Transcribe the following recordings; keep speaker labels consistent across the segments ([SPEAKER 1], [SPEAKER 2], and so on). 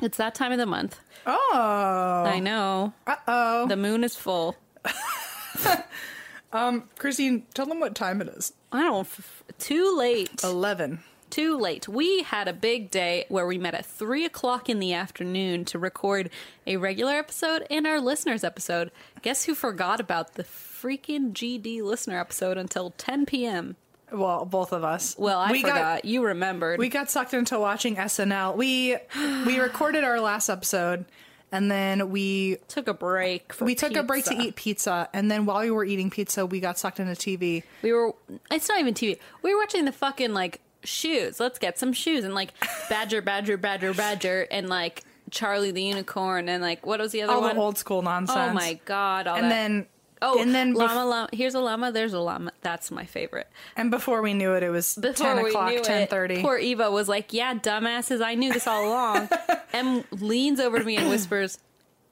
[SPEAKER 1] It's that time of the month.
[SPEAKER 2] Oh.
[SPEAKER 1] I know.
[SPEAKER 2] Uh oh.
[SPEAKER 1] The moon is full.
[SPEAKER 2] Christine, tell them what time it is.
[SPEAKER 1] I don't. F- too late.
[SPEAKER 2] Oh. 11.
[SPEAKER 1] Too late. We had a big day where we met at three o'clock in the afternoon to record a regular episode and our listeners episode. Guess who forgot about the freaking GD listener episode until 10 p.m.
[SPEAKER 2] Well, both of us.
[SPEAKER 1] Well, I
[SPEAKER 2] we
[SPEAKER 1] forgot.
[SPEAKER 2] Got,
[SPEAKER 1] you remembered.
[SPEAKER 2] we got sucked into watching SNL. We we recorded our last episode and then we
[SPEAKER 1] took a break. For
[SPEAKER 2] we took a break to
[SPEAKER 1] pizza.
[SPEAKER 2] eat pizza and then while we were eating pizza, we got sucked into TV.
[SPEAKER 1] We were. It's not even TV. We were watching the fucking like shoes. Let's get some shoes and like Badger, Badger, Badger, Badger, and like Charlie the Unicorn and like what was the other
[SPEAKER 2] All
[SPEAKER 1] one?
[SPEAKER 2] the old school nonsense.
[SPEAKER 1] Oh my god! All
[SPEAKER 2] And
[SPEAKER 1] that.
[SPEAKER 2] then
[SPEAKER 1] oh,
[SPEAKER 2] and then bef-
[SPEAKER 1] llama, llama. Here's a llama. There's a llama. That's my favorite.
[SPEAKER 2] and before we knew it, it was
[SPEAKER 1] Before
[SPEAKER 2] 10
[SPEAKER 1] we
[SPEAKER 2] o'clock,
[SPEAKER 1] knew
[SPEAKER 2] ten
[SPEAKER 1] it,
[SPEAKER 2] thirty.
[SPEAKER 1] poor Eva was like, "Yeah, dumbasses. I knew this all along." and leans over to me and whispers,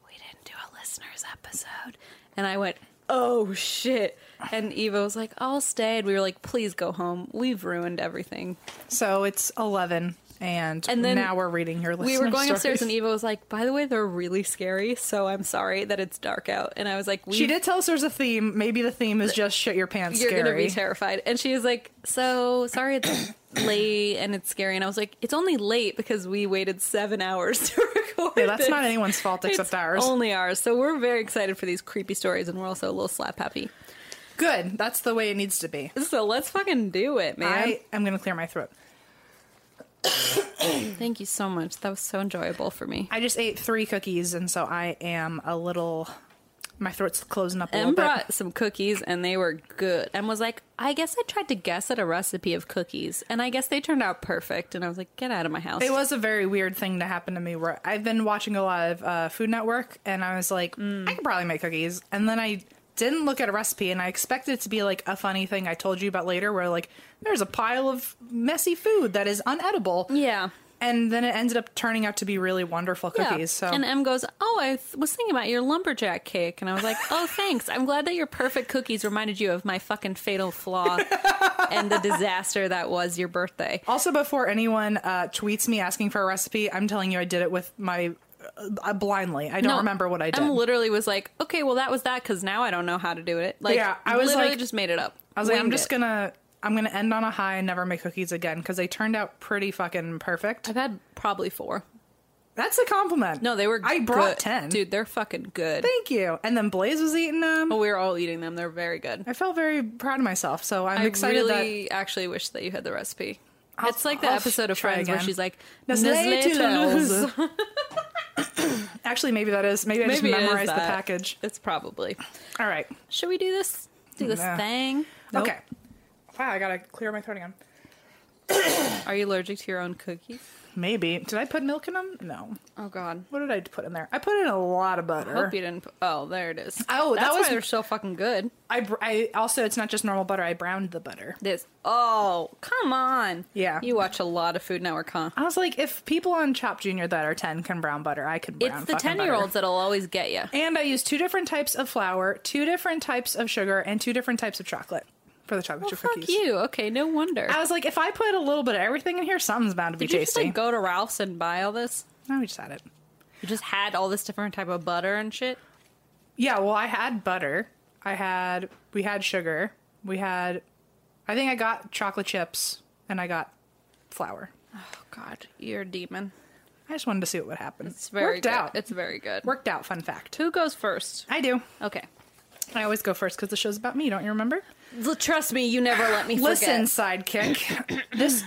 [SPEAKER 1] "We didn't do a listeners episode," and I went. Oh shit. And Eva was like, I'll stay. And we were like, please go home. We've ruined everything.
[SPEAKER 2] So it's 11 and,
[SPEAKER 1] And then
[SPEAKER 2] now we're reading your
[SPEAKER 1] we
[SPEAKER 2] listener
[SPEAKER 1] were going
[SPEAKER 2] stories.
[SPEAKER 1] upstairs and Eva was like, "By the way, they're really scary, so I'm sorry that it's dark out." And I was like, we
[SPEAKER 2] She did tell us there's a theme. Maybe the theme is just shit your pants
[SPEAKER 1] You're
[SPEAKER 2] scary.
[SPEAKER 1] gonna be terrified." And she was like, "So sorry, it's late and it's scary." And I was like, "It's only late because we waited seven hours to record."
[SPEAKER 2] Yeah, that's
[SPEAKER 1] this.
[SPEAKER 2] not anyone's fault except
[SPEAKER 1] It's
[SPEAKER 2] ours.
[SPEAKER 1] Only ours. So we're very excited for these creepy stories, and we're also a little slap happy.
[SPEAKER 2] Good. That's the way it needs to be.
[SPEAKER 1] So let's fucking do it, man!
[SPEAKER 2] I am going to clear my throat.
[SPEAKER 1] Thank you so much. That was so enjoyable for me.
[SPEAKER 2] I just ate three cookies, and so I am a little. My throat's closing up a
[SPEAKER 1] Em
[SPEAKER 2] little bit.
[SPEAKER 1] brought some cookies and they were good. And was like, I guess I tried to guess at a recipe of cookies and I guess they turned out perfect. And I was like, get out of my house.
[SPEAKER 2] It was a very weird thing to happen to me where I've been watching a lot of uh, Food Network, and I was like,
[SPEAKER 1] Mm.
[SPEAKER 2] I could probably make cookies. And then I didn't look at a recipe, and I expected it to be like a funny thing I told you about later where, like, there's a pile of messy food that is unedible.
[SPEAKER 1] yeah.
[SPEAKER 2] And then it ended up turning out to be really wonderful
[SPEAKER 1] Yeah.
[SPEAKER 2] cookies. So
[SPEAKER 1] And Em goes, Oh, I th- was thinking about your lumberjack cake. And I was like, Oh, thanks. I'm glad that your perfect cookies reminded you of my fucking fatal flaw and the disaster that was your birthday.
[SPEAKER 2] Also, before anyone uh, tweets me asking for a recipe, I'm telling you, I did it with my uh, blindly. I don't
[SPEAKER 1] No,
[SPEAKER 2] remember what I did.
[SPEAKER 1] Em literally was like, Okay, well, that was that because now I don't know how to do it. Like,
[SPEAKER 2] Yeah, I was
[SPEAKER 1] literally
[SPEAKER 2] like-
[SPEAKER 1] just made it up.
[SPEAKER 2] I was like, I'm
[SPEAKER 1] Winged
[SPEAKER 2] just
[SPEAKER 1] it.
[SPEAKER 2] gonna, I'm gonna end on a high and never make cookies again because they turned out pretty fucking perfect.
[SPEAKER 1] I've had probably four.
[SPEAKER 2] That's a compliment.
[SPEAKER 1] No, they were.
[SPEAKER 2] I brought
[SPEAKER 1] good.
[SPEAKER 2] ten,
[SPEAKER 1] dude. Oh. They're fucking good.
[SPEAKER 2] Thank you. And then Blaze was eating them.
[SPEAKER 1] But we were all eating them. They're very good.
[SPEAKER 2] I felt very proud of myself. So I'm
[SPEAKER 1] I
[SPEAKER 2] excited
[SPEAKER 1] really actually wish that you had the recipe. it's like the
[SPEAKER 2] I'll
[SPEAKER 1] episode of
[SPEAKER 2] try
[SPEAKER 1] Friends where
[SPEAKER 2] again.
[SPEAKER 1] she's like,
[SPEAKER 2] Nestle
[SPEAKER 1] Nestle
[SPEAKER 2] Toodles."
[SPEAKER 1] Toodles.
[SPEAKER 2] that actually maybe that is maybe I
[SPEAKER 1] Maybe it
[SPEAKER 2] just
[SPEAKER 1] is
[SPEAKER 2] memorized the
[SPEAKER 1] that.
[SPEAKER 2] package.
[SPEAKER 1] It's probably.
[SPEAKER 2] All right.
[SPEAKER 1] Should we do this? Do this
[SPEAKER 2] Nah.
[SPEAKER 1] thing?
[SPEAKER 2] Okay. Wow, I gotta clear my throat again.
[SPEAKER 1] Are you allergic to your own cookies?
[SPEAKER 2] Maybe. Did I put milk in them? No.
[SPEAKER 3] Oh God.
[SPEAKER 2] What did I put in there? I put in a lot of butter.
[SPEAKER 3] Hope you didn't. Put, oh, there it is.
[SPEAKER 2] Oh, that
[SPEAKER 3] that's
[SPEAKER 2] was-
[SPEAKER 3] why they're so fucking good.
[SPEAKER 2] I, br- I also it's not just normal butter. I browned the butter.
[SPEAKER 3] This. Oh, come on.
[SPEAKER 2] Yeah.
[SPEAKER 3] You watch a lot of Food Network, huh?
[SPEAKER 2] I was like, if people on Chop Junior that are ten can brown butter, I could. Brown
[SPEAKER 3] It's the
[SPEAKER 2] fucking
[SPEAKER 3] ten
[SPEAKER 2] butter.
[SPEAKER 3] year olds that'll always get you.
[SPEAKER 2] And I used two different types of flour, two different types of sugar, and two different types of chocolate for the chocolate chip
[SPEAKER 3] Oh, Fuck
[SPEAKER 2] cookies.
[SPEAKER 3] you. Okay, no wonder.
[SPEAKER 2] I was like, if I put a little bit of everything in here, something's bound to be
[SPEAKER 3] Did you just
[SPEAKER 2] tasty.
[SPEAKER 3] like go to Ralph's and buy all this?
[SPEAKER 2] no, we just had it.
[SPEAKER 3] You just had all this different type of butter and shit.
[SPEAKER 2] Yeah, well, I had butter. I had we had sugar. We had, I think I got chocolate chips and I got flour.
[SPEAKER 3] Oh God, you're a demon.
[SPEAKER 2] I just wanted to see what would happen.
[SPEAKER 3] It's very
[SPEAKER 2] worked
[SPEAKER 3] good.
[SPEAKER 2] out.
[SPEAKER 3] It's very good.
[SPEAKER 2] worked out. Fun fact.
[SPEAKER 3] Who goes first?
[SPEAKER 2] I do.
[SPEAKER 3] Okay.
[SPEAKER 2] I always go first because the show's about me. Don't you remember?
[SPEAKER 3] L- Trust me, you never let me
[SPEAKER 2] Listen,
[SPEAKER 3] forget.
[SPEAKER 2] sidekick. this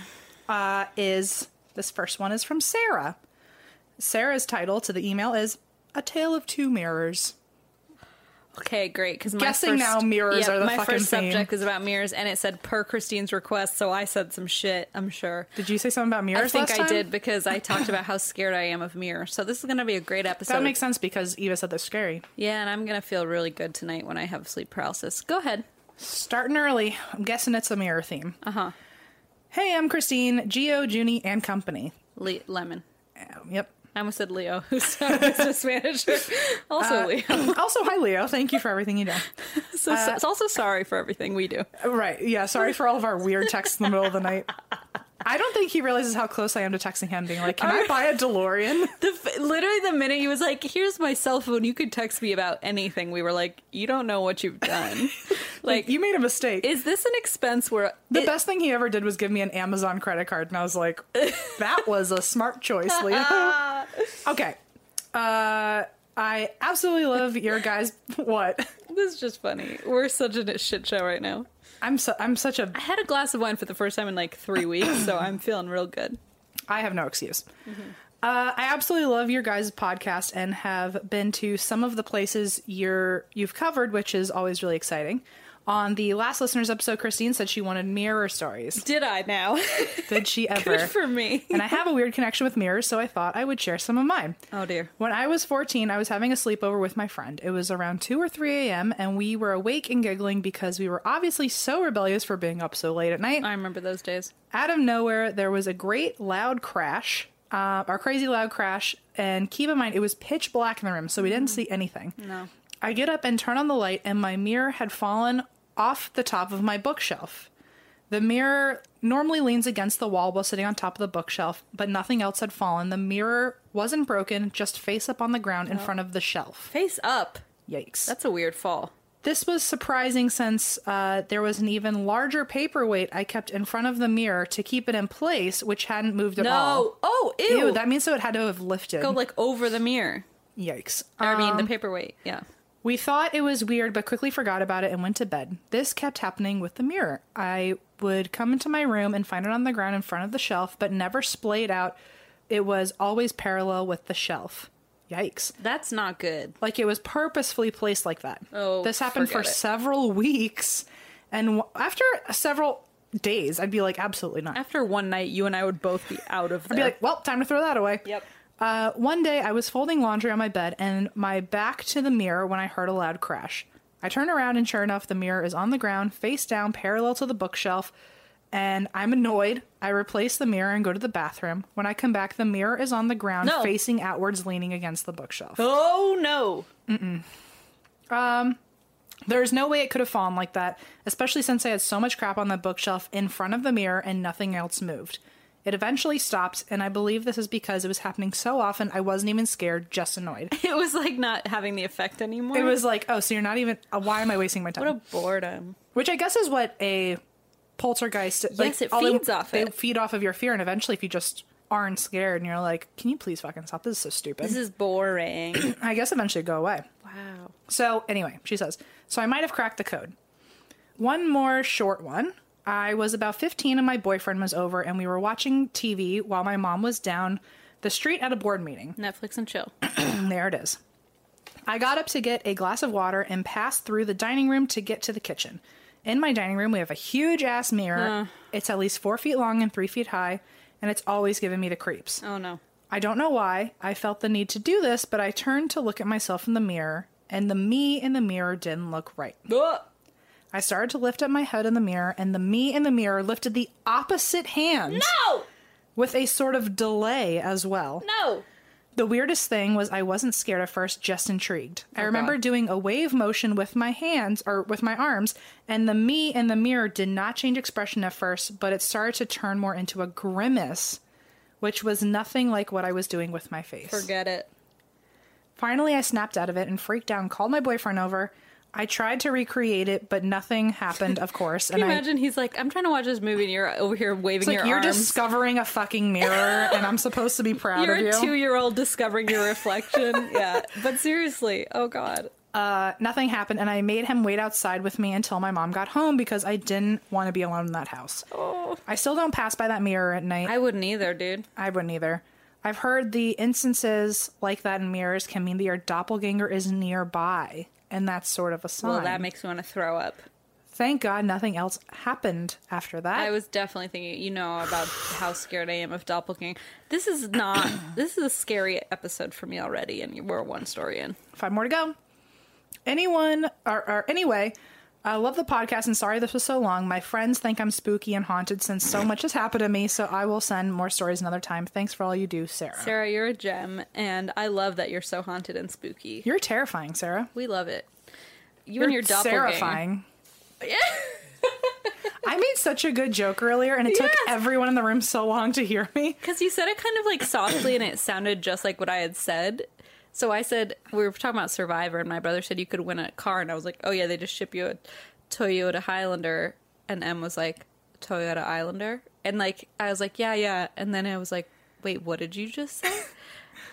[SPEAKER 2] uh, is this first one is from Sarah. Sarah's title to the email is "A Tale of Two Mirrors."
[SPEAKER 3] Okay, great. Because
[SPEAKER 2] Guessing
[SPEAKER 3] first,
[SPEAKER 2] now mirrors
[SPEAKER 3] Yep,
[SPEAKER 2] are the
[SPEAKER 3] my
[SPEAKER 2] fucking
[SPEAKER 3] first
[SPEAKER 2] theme.
[SPEAKER 3] subject is about mirrors, and it said per Christine's request, so I said some shit. I'm sure.
[SPEAKER 2] Did you say something about
[SPEAKER 3] I
[SPEAKER 2] mirrors?
[SPEAKER 3] think
[SPEAKER 2] last
[SPEAKER 3] I
[SPEAKER 2] time?
[SPEAKER 3] did because I talked about how scared I am of mirrors. So this is going to be a great episode.
[SPEAKER 2] That makes sense because Eva said they're scary.
[SPEAKER 3] yeah, and I'm going to feel really good tonight when I have sleep paralysis. Go ahead.
[SPEAKER 2] Starting early. I'm guessing it's a mirror theme. Uh huh. Hey, I'm Christine, Geo, Junie, and company.
[SPEAKER 3] Le- lemon.
[SPEAKER 2] Um, yep.
[SPEAKER 3] I almost said Leo, who's our business manager. Also
[SPEAKER 2] Uh,
[SPEAKER 3] Leo.
[SPEAKER 2] also, hi Leo. Thank you for everything you do.
[SPEAKER 3] So, so-
[SPEAKER 2] uh,
[SPEAKER 3] it's also sorry for everything we do.
[SPEAKER 2] Right. Yeah. Sorry for all of our weird texts in the middle of the night. I don't think he realizes how close I am to texting him, being like, "Can I buy a DeLorean?"
[SPEAKER 3] The, f- literally the minute he was like, "Here's my cell phone. You could text me about anything." We were like, "You don't know what you've done." like,
[SPEAKER 2] You made a mistake.
[SPEAKER 3] is this an expense where
[SPEAKER 2] the
[SPEAKER 3] it-
[SPEAKER 2] best thing he ever did was give me an Amazon credit card, and I was like, "That was a smart choice, Leo." okay. Uh, I absolutely love your guys. What?
[SPEAKER 3] this is just funny? We're such a shit show right now.
[SPEAKER 2] I'm su- I'm such a
[SPEAKER 3] I had a glass of wine for the first time in like three weeks, so I'm feeling real good.
[SPEAKER 2] I have no excuse. Uh, I absolutely love your guys' podcast and have been to some of the places you're you've covered, which is always really exciting. On the last listeners episode, Christine said she wanted mirror stories.
[SPEAKER 3] Did I now?
[SPEAKER 2] Did she ever?
[SPEAKER 3] Good for me.
[SPEAKER 2] and I have a weird connection with mirrors, so I thought I would share some of mine.
[SPEAKER 3] Oh dear.
[SPEAKER 2] When I was 14, I was having a sleepover with my friend. It was around 2 or 3 a.m., and we were awake and giggling because we were obviously so rebellious for being up so late at night
[SPEAKER 3] I remember those days.
[SPEAKER 2] out of nowhere, there was a great loud crash, uh, or crazy loud crash. And keep in mind, it was pitch black in the room, so we didn't see anything. No. I get up and turn on the light, and my mirror had fallen off the top of my bookshelf. The mirror normally leans against the wall while sitting on top of the bookshelf, but nothing else had fallen. The mirror wasn't broken, just face up on the ground in front of the shelf.
[SPEAKER 3] Face up.
[SPEAKER 2] Yikes.
[SPEAKER 3] That's a weird fall.
[SPEAKER 2] This was surprising since uh, there was an even larger paperweight I kept in front of the mirror to keep it in place, which hadn't moved at all.
[SPEAKER 3] No. Oh, ew.
[SPEAKER 2] Ew, that means so it had to have lifted.
[SPEAKER 3] Go like over the mirror.
[SPEAKER 2] Yikes.
[SPEAKER 3] I mean, the
[SPEAKER 2] Um,
[SPEAKER 3] paperweight. Yeah.
[SPEAKER 2] we thought it was weird, but quickly forgot about it and went to bed. This kept happening with the mirror. I would come into my room and find it on the ground in front of the shelf, but never splayed out. It was always parallel with the shelf. Yikes.
[SPEAKER 3] That's not good.
[SPEAKER 2] Like it was purposefully placed like that.
[SPEAKER 3] Oh,
[SPEAKER 2] this happened for
[SPEAKER 3] forget it.
[SPEAKER 2] several weeks, and w- after several days, I'd be like, absolutely not.
[SPEAKER 3] After one night, you and I would both be out of
[SPEAKER 2] I'd be
[SPEAKER 3] there.
[SPEAKER 2] like, well, time to throw that away.
[SPEAKER 3] Yep.
[SPEAKER 2] Uh, one day, I was folding laundry on my bed and my back to the mirror when I heard a loud crash. I turn around, and sure enough, the mirror is on the ground, face down, parallel to the bookshelf. And I'm annoyed. I replace the mirror and go to the bathroom. When I come back, the mirror is on the ground,
[SPEAKER 3] No.
[SPEAKER 2] facing outwards, leaning against the bookshelf.
[SPEAKER 3] oh no!
[SPEAKER 2] There's no way it could have fallen like that, especially since I had so much crap on the bookshelf in front of the mirror and nothing else moved. It eventually stopped, and I believe this is because it was happening so often I wasn't even scared, just annoyed.
[SPEAKER 3] It was like not having the effect anymore.
[SPEAKER 2] It was like, oh, so you're not even. Uh, why am I wasting my time?
[SPEAKER 3] what a boredom.
[SPEAKER 2] Which I guess is what a poltergeist. like,
[SPEAKER 3] it
[SPEAKER 2] all they-
[SPEAKER 3] feeds off
[SPEAKER 2] They
[SPEAKER 3] it.
[SPEAKER 2] feed off of your fear, and eventually, if you just aren't scared and you're like, can you please fucking stop? This is so stupid.
[SPEAKER 3] This is boring.
[SPEAKER 2] I guess eventually it'd go away.
[SPEAKER 3] wow.
[SPEAKER 2] So, anyway, she says, so I might have cracked the code. One more short one. I was about 15 and my boyfriend was over, and we were watching TV while my mom was down the street at a board meeting.
[SPEAKER 3] Netflix and chill.
[SPEAKER 2] And there it is. I got up to get a glass of water and passed through the dining room to get to the kitchen. In my dining room, we have a huge ass mirror. It's at least four feet long and three feet high, and it's always giving me the creeps.
[SPEAKER 3] Oh no.
[SPEAKER 2] I don't know why I felt the need to do this, but I turned to look at myself in the mirror, and the me in the mirror didn't look right. I started to lift up my head in the mirror, and the me in the mirror lifted the opposite hand
[SPEAKER 1] No!
[SPEAKER 2] with a sort of delay as well.
[SPEAKER 1] No!
[SPEAKER 2] The weirdest thing was I wasn't scared at first, just intrigued. I remember
[SPEAKER 1] Oh, God.
[SPEAKER 2] doing a wave motion with my hands or with my arms, and the me in the mirror did not change expression at first, but it started to turn more into a grimace, which was nothing like what I was doing with my face.
[SPEAKER 3] Forget it.
[SPEAKER 2] Finally, I snapped out of it and freaked out and called my boyfriend over. I tried to recreate it, but nothing happened, of course.
[SPEAKER 3] Can
[SPEAKER 2] and
[SPEAKER 3] you
[SPEAKER 2] I,
[SPEAKER 3] imagine he's like, I'm trying to watch this movie and you're over here waving
[SPEAKER 2] it's like
[SPEAKER 3] your
[SPEAKER 2] you're
[SPEAKER 3] arms.
[SPEAKER 2] discovering a fucking mirror, and I'm supposed to be proud
[SPEAKER 3] you're
[SPEAKER 2] of you.
[SPEAKER 3] a two year old discovering your reflection. yeah. But seriously, oh god.
[SPEAKER 2] uh, nothing happened, and I made him wait outside with me until my mom got home because I didn't want to be alone in that house.
[SPEAKER 3] Oh.
[SPEAKER 2] I still don't pass by that mirror at night.
[SPEAKER 3] I wouldn't either, dude.
[SPEAKER 2] I wouldn't either. I've heard the instances like that in mirrors can mean that your doppelganger is nearby, and that's sort of a sign.
[SPEAKER 3] Well, that makes me want to throw up.
[SPEAKER 2] Thank God nothing else happened after that.
[SPEAKER 3] I was definitely thinking, you know, about how scared I am of doppelganger. This is not. this is a scary episode for me already, and we're one story in.
[SPEAKER 2] five more to go. Anyone or, or anyway, I love the podcast and sorry this was so long. My friends think I'm spooky and haunted since so much has happened to me, so I will send more stories another time. Thanks for all you do, Sarah.
[SPEAKER 3] Sarah, you're a gem, and I love that you're so haunted and spooky.
[SPEAKER 2] You're terrifying, Sarah.
[SPEAKER 3] we love it. You and your doppelganger.
[SPEAKER 2] terrifying. I made such a good joke earlier, and it took
[SPEAKER 3] Yes.
[SPEAKER 2] everyone in the room so long to hear me.
[SPEAKER 3] Because you said it kind of like softly, and it sounded just like what I had said. So I said we were talking about Survivor, and my brother said you could win a car, and I was like, oh yeah, they just ship you a Toyota Highlander, and M was like Toyota Islander, and like I was like yeah yeah, and then I was like wait what did you just say?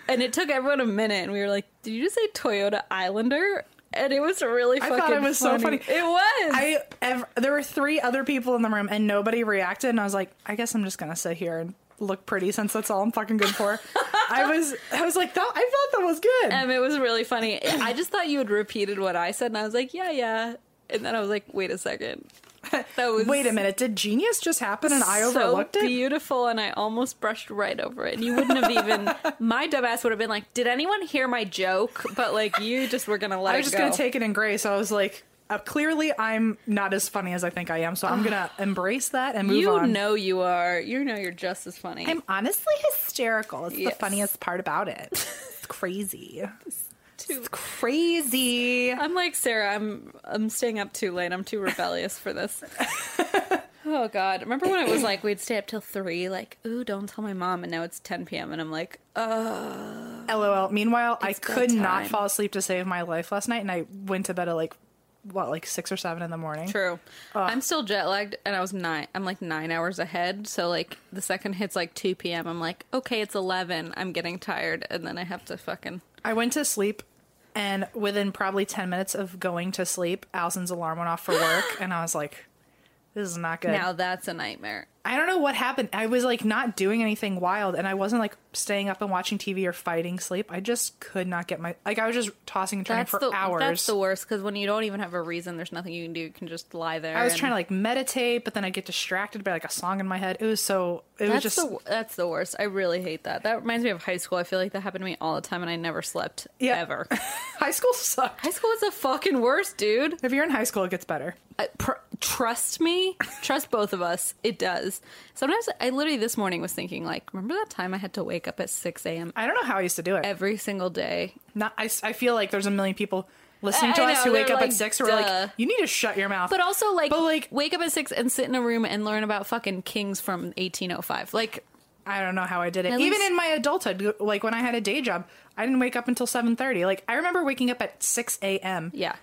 [SPEAKER 3] and it took everyone a minute, and we were like, did you just say Toyota Islander? And it was really
[SPEAKER 2] I
[SPEAKER 3] fucking.
[SPEAKER 2] thought it was so funny.
[SPEAKER 3] It was.
[SPEAKER 2] I ev- there were three other people in the room, and nobody reacted. And I was like, I guess I'm just gonna sit here and look pretty since that's all I'm fucking good for. I was, I was like, that, I thought that was good.
[SPEAKER 3] Um, it was really funny. I just thought you had repeated what I said, and I was like, yeah, yeah. And then I was like, wait a second. That was
[SPEAKER 2] Wait a minute, did genius just happen and I
[SPEAKER 3] so
[SPEAKER 2] overlooked it?
[SPEAKER 3] beautiful, and I almost brushed right over it. And you wouldn't have even my dumbass would have been like, did anyone hear my joke? But like, you just were gonna
[SPEAKER 2] I
[SPEAKER 3] let it
[SPEAKER 2] was just
[SPEAKER 3] go.
[SPEAKER 2] gonna take it in grace. I was like, uh, clearly I'm not as funny as I think I am, so I'm gonna embrace that and move
[SPEAKER 3] Ah. you
[SPEAKER 2] on.
[SPEAKER 3] know you are. You know you're just as funny.
[SPEAKER 2] I'm honestly hysterical. It's
[SPEAKER 3] Yes.
[SPEAKER 2] the funniest part about it. It's crazy.
[SPEAKER 3] too.
[SPEAKER 2] It's crazy.
[SPEAKER 3] I'm like Sarah. I'm I'm staying up too late. I'm too rebellious for this. oh God! Remember when it was like we'd stay up till three? Like, ooh, don't tell my mom. And now it's 10 p.m. and I'm like,
[SPEAKER 2] LOL. Meanwhile, I
[SPEAKER 3] It's
[SPEAKER 2] could
[SPEAKER 3] bedtime.
[SPEAKER 2] not fall asleep to save my life last night, and I went to bed at like what, like six or seven in the morning.
[SPEAKER 3] True. I'm still jet lagged, and I was nine. I'm like nine hours ahead. So like the second hits like 2 p.m. I'm like, okay, it's 11. I'm getting tired, and then I have to fucking.
[SPEAKER 2] I went to sleep, and within probably ten minutes of going to sleep, Allison's alarm went off for work, and I was like, "This is not good."
[SPEAKER 3] Now that's a nightmare.
[SPEAKER 2] I don't know what happened. I was like not doing anything wild, and I wasn't like staying up and watching TV or fighting sleep. I just could not get my like. I was just tossing and turning
[SPEAKER 3] That's
[SPEAKER 2] for
[SPEAKER 3] the
[SPEAKER 2] hours.
[SPEAKER 3] that's the worst because when you don't even have a reason, there's nothing you can do. You can just lie there.
[SPEAKER 2] I was
[SPEAKER 3] and-
[SPEAKER 2] trying to like meditate, but then I get distracted by like a song in my head. It was so. It was
[SPEAKER 3] That's
[SPEAKER 2] just.
[SPEAKER 3] the that's the worst. I really hate that. That reminds me of high school. I feel like that happened to me all the time, and I never slept
[SPEAKER 2] Yeah.
[SPEAKER 3] ever.
[SPEAKER 2] High school sucked.
[SPEAKER 3] high school is the fucking worst, dude.
[SPEAKER 2] If you're in high school, it gets better.
[SPEAKER 3] I, pr- trust me, trust both of us. It does. Sometimes I literally this morning was thinking like, remember that time I had to wake up at six a.m.
[SPEAKER 2] I don't know how I used to do it.
[SPEAKER 3] every single day?
[SPEAKER 2] Not, I, I feel like there's a million people listening to
[SPEAKER 3] I- I
[SPEAKER 2] us who
[SPEAKER 3] know,
[SPEAKER 2] wake
[SPEAKER 3] they're
[SPEAKER 2] up
[SPEAKER 3] like,
[SPEAKER 2] at six who are
[SPEAKER 3] duh.
[SPEAKER 2] like, you need to shut your mouth.
[SPEAKER 3] But also like,
[SPEAKER 2] But, like-
[SPEAKER 3] wake up at six and sit in a room and learn about fucking kings from eighteen oh five. Like,
[SPEAKER 2] I don't know how I did it.
[SPEAKER 3] At
[SPEAKER 2] Even
[SPEAKER 3] least-
[SPEAKER 2] in my adulthood, like when I had a day job, I didn't wake up until seven thirty. Like I remember waking up at six a.m.
[SPEAKER 3] yeah,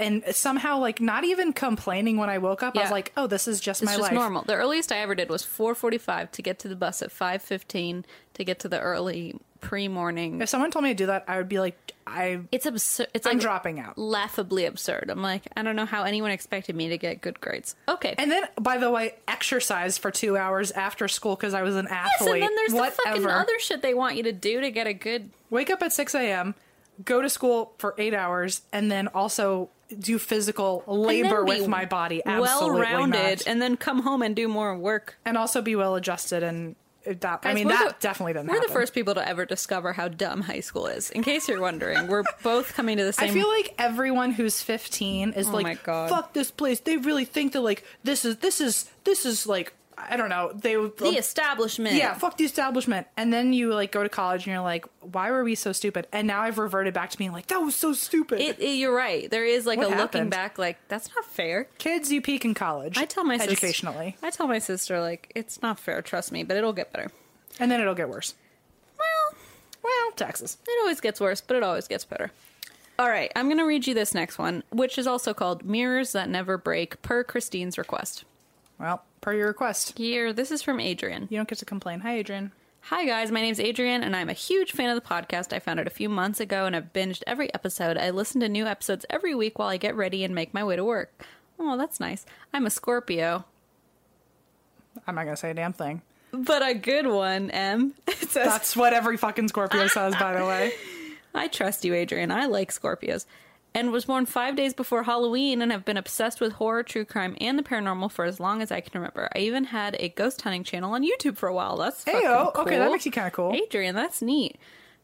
[SPEAKER 2] and somehow like not even complaining when I woke up. I was
[SPEAKER 3] Yeah.
[SPEAKER 2] like, oh, this is just
[SPEAKER 3] it's
[SPEAKER 2] my
[SPEAKER 3] just
[SPEAKER 2] life.
[SPEAKER 3] normal. The earliest I ever did was four forty five to get to the bus at five fifteen to get to the early pre morning.
[SPEAKER 2] If someone told me to do that, I would be like, I
[SPEAKER 3] It's absurd. It's
[SPEAKER 2] I'm
[SPEAKER 3] like
[SPEAKER 2] dropping out.
[SPEAKER 3] laughably absurd. I'm like, I don't know how anyone expected me to get good grades. Okay,
[SPEAKER 2] And then, by the way, exercise for two hours after school because I was an
[SPEAKER 3] Yes,
[SPEAKER 2] athlete.
[SPEAKER 3] and then there's the
[SPEAKER 2] Whatever.
[SPEAKER 3] fucking other shit they want you to do to get a good.
[SPEAKER 2] Wake up at 6 a.m., go to school for eight hours, and then also do physical
[SPEAKER 3] and then
[SPEAKER 2] labor
[SPEAKER 3] be
[SPEAKER 2] with my body. Absolutely.
[SPEAKER 3] well-rounded,
[SPEAKER 2] not.
[SPEAKER 3] and then come home and do more work.
[SPEAKER 2] And also be well adjusted and It That, I
[SPEAKER 3] Guys,
[SPEAKER 2] mean,
[SPEAKER 3] we're
[SPEAKER 2] that
[SPEAKER 3] the-
[SPEAKER 2] definitely didn't
[SPEAKER 3] We're
[SPEAKER 2] happen.
[SPEAKER 3] the first people to ever discover how dumb high school is. In case you're wondering, we're both coming to the same.
[SPEAKER 2] I feel like everyone who's 15 is like,
[SPEAKER 3] Oh my God.
[SPEAKER 2] fuck this place. They really think that like this is this is this is like I don't know. They would um,
[SPEAKER 3] the establishment.
[SPEAKER 2] yeah, fuck the establishment. And then you like go to college and you're like, why were we so stupid? And now I've reverted back to being like, that was so stupid.
[SPEAKER 3] It, it- you're right. There is like
[SPEAKER 2] What
[SPEAKER 3] a looking
[SPEAKER 2] happened?
[SPEAKER 3] back, like that's not fair.
[SPEAKER 2] Kids, you peak in college.
[SPEAKER 3] I tell my sis-
[SPEAKER 2] educationally,
[SPEAKER 3] I tell my sister like it's not fair. Trust me, but it'll get better.
[SPEAKER 2] and then it'll get worse.
[SPEAKER 3] Well,
[SPEAKER 2] Well, taxes.
[SPEAKER 3] it always gets worse, but it always gets better. All right, I'm gonna read you this next one, which is also called "Mirrors That Never Break" per Christine's request.
[SPEAKER 2] Well, per your request,
[SPEAKER 3] Here, this is from Adrian.
[SPEAKER 2] you don't get to complain. Hi, Adrian.
[SPEAKER 3] Hi, guys. My name's Adrian, and I'm a huge fan of the podcast. I found it a few months ago, and I've binged every episode. I listen to new episodes every week while I get ready and make my way to work. Oh, that's nice. I'm a Scorpio,
[SPEAKER 2] I'm not gonna say a damn thing.
[SPEAKER 3] but a good one, M. It says,
[SPEAKER 2] That's what every fucking Scorpio says, by the way.
[SPEAKER 3] I trust you, Adrian. I like Scorpios. And was born five days before Halloween and have been obsessed with horror, true crime, and the paranormal for as long as I can remember. I even had a ghost hunting channel on YouTube for a while. That's fucking
[SPEAKER 2] Ayo.
[SPEAKER 3] cool.
[SPEAKER 2] Okay, that makes you kinda cool.
[SPEAKER 3] Adrian, that's neat.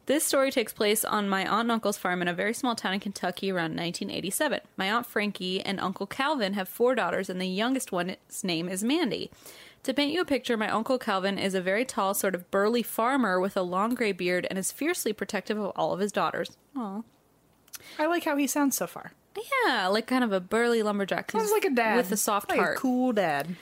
[SPEAKER 3] This story takes place on my aunt and uncle's farm in a very small town in Kentucky around 1987. My aunt Frankie and uncle Calvin have four daughters, and the youngest one's name is Mandy. To paint you a picture, my uncle Calvin is a very tall, sort of burly farmer with a long gray beard and is fiercely protective of all of his daughters. Aw.
[SPEAKER 2] I like how he sounds so far.
[SPEAKER 3] Yeah, like kind of a burly lumberjack.
[SPEAKER 2] Sounds like a dad
[SPEAKER 3] With a soft
[SPEAKER 2] Like
[SPEAKER 3] heart.
[SPEAKER 2] cool dad.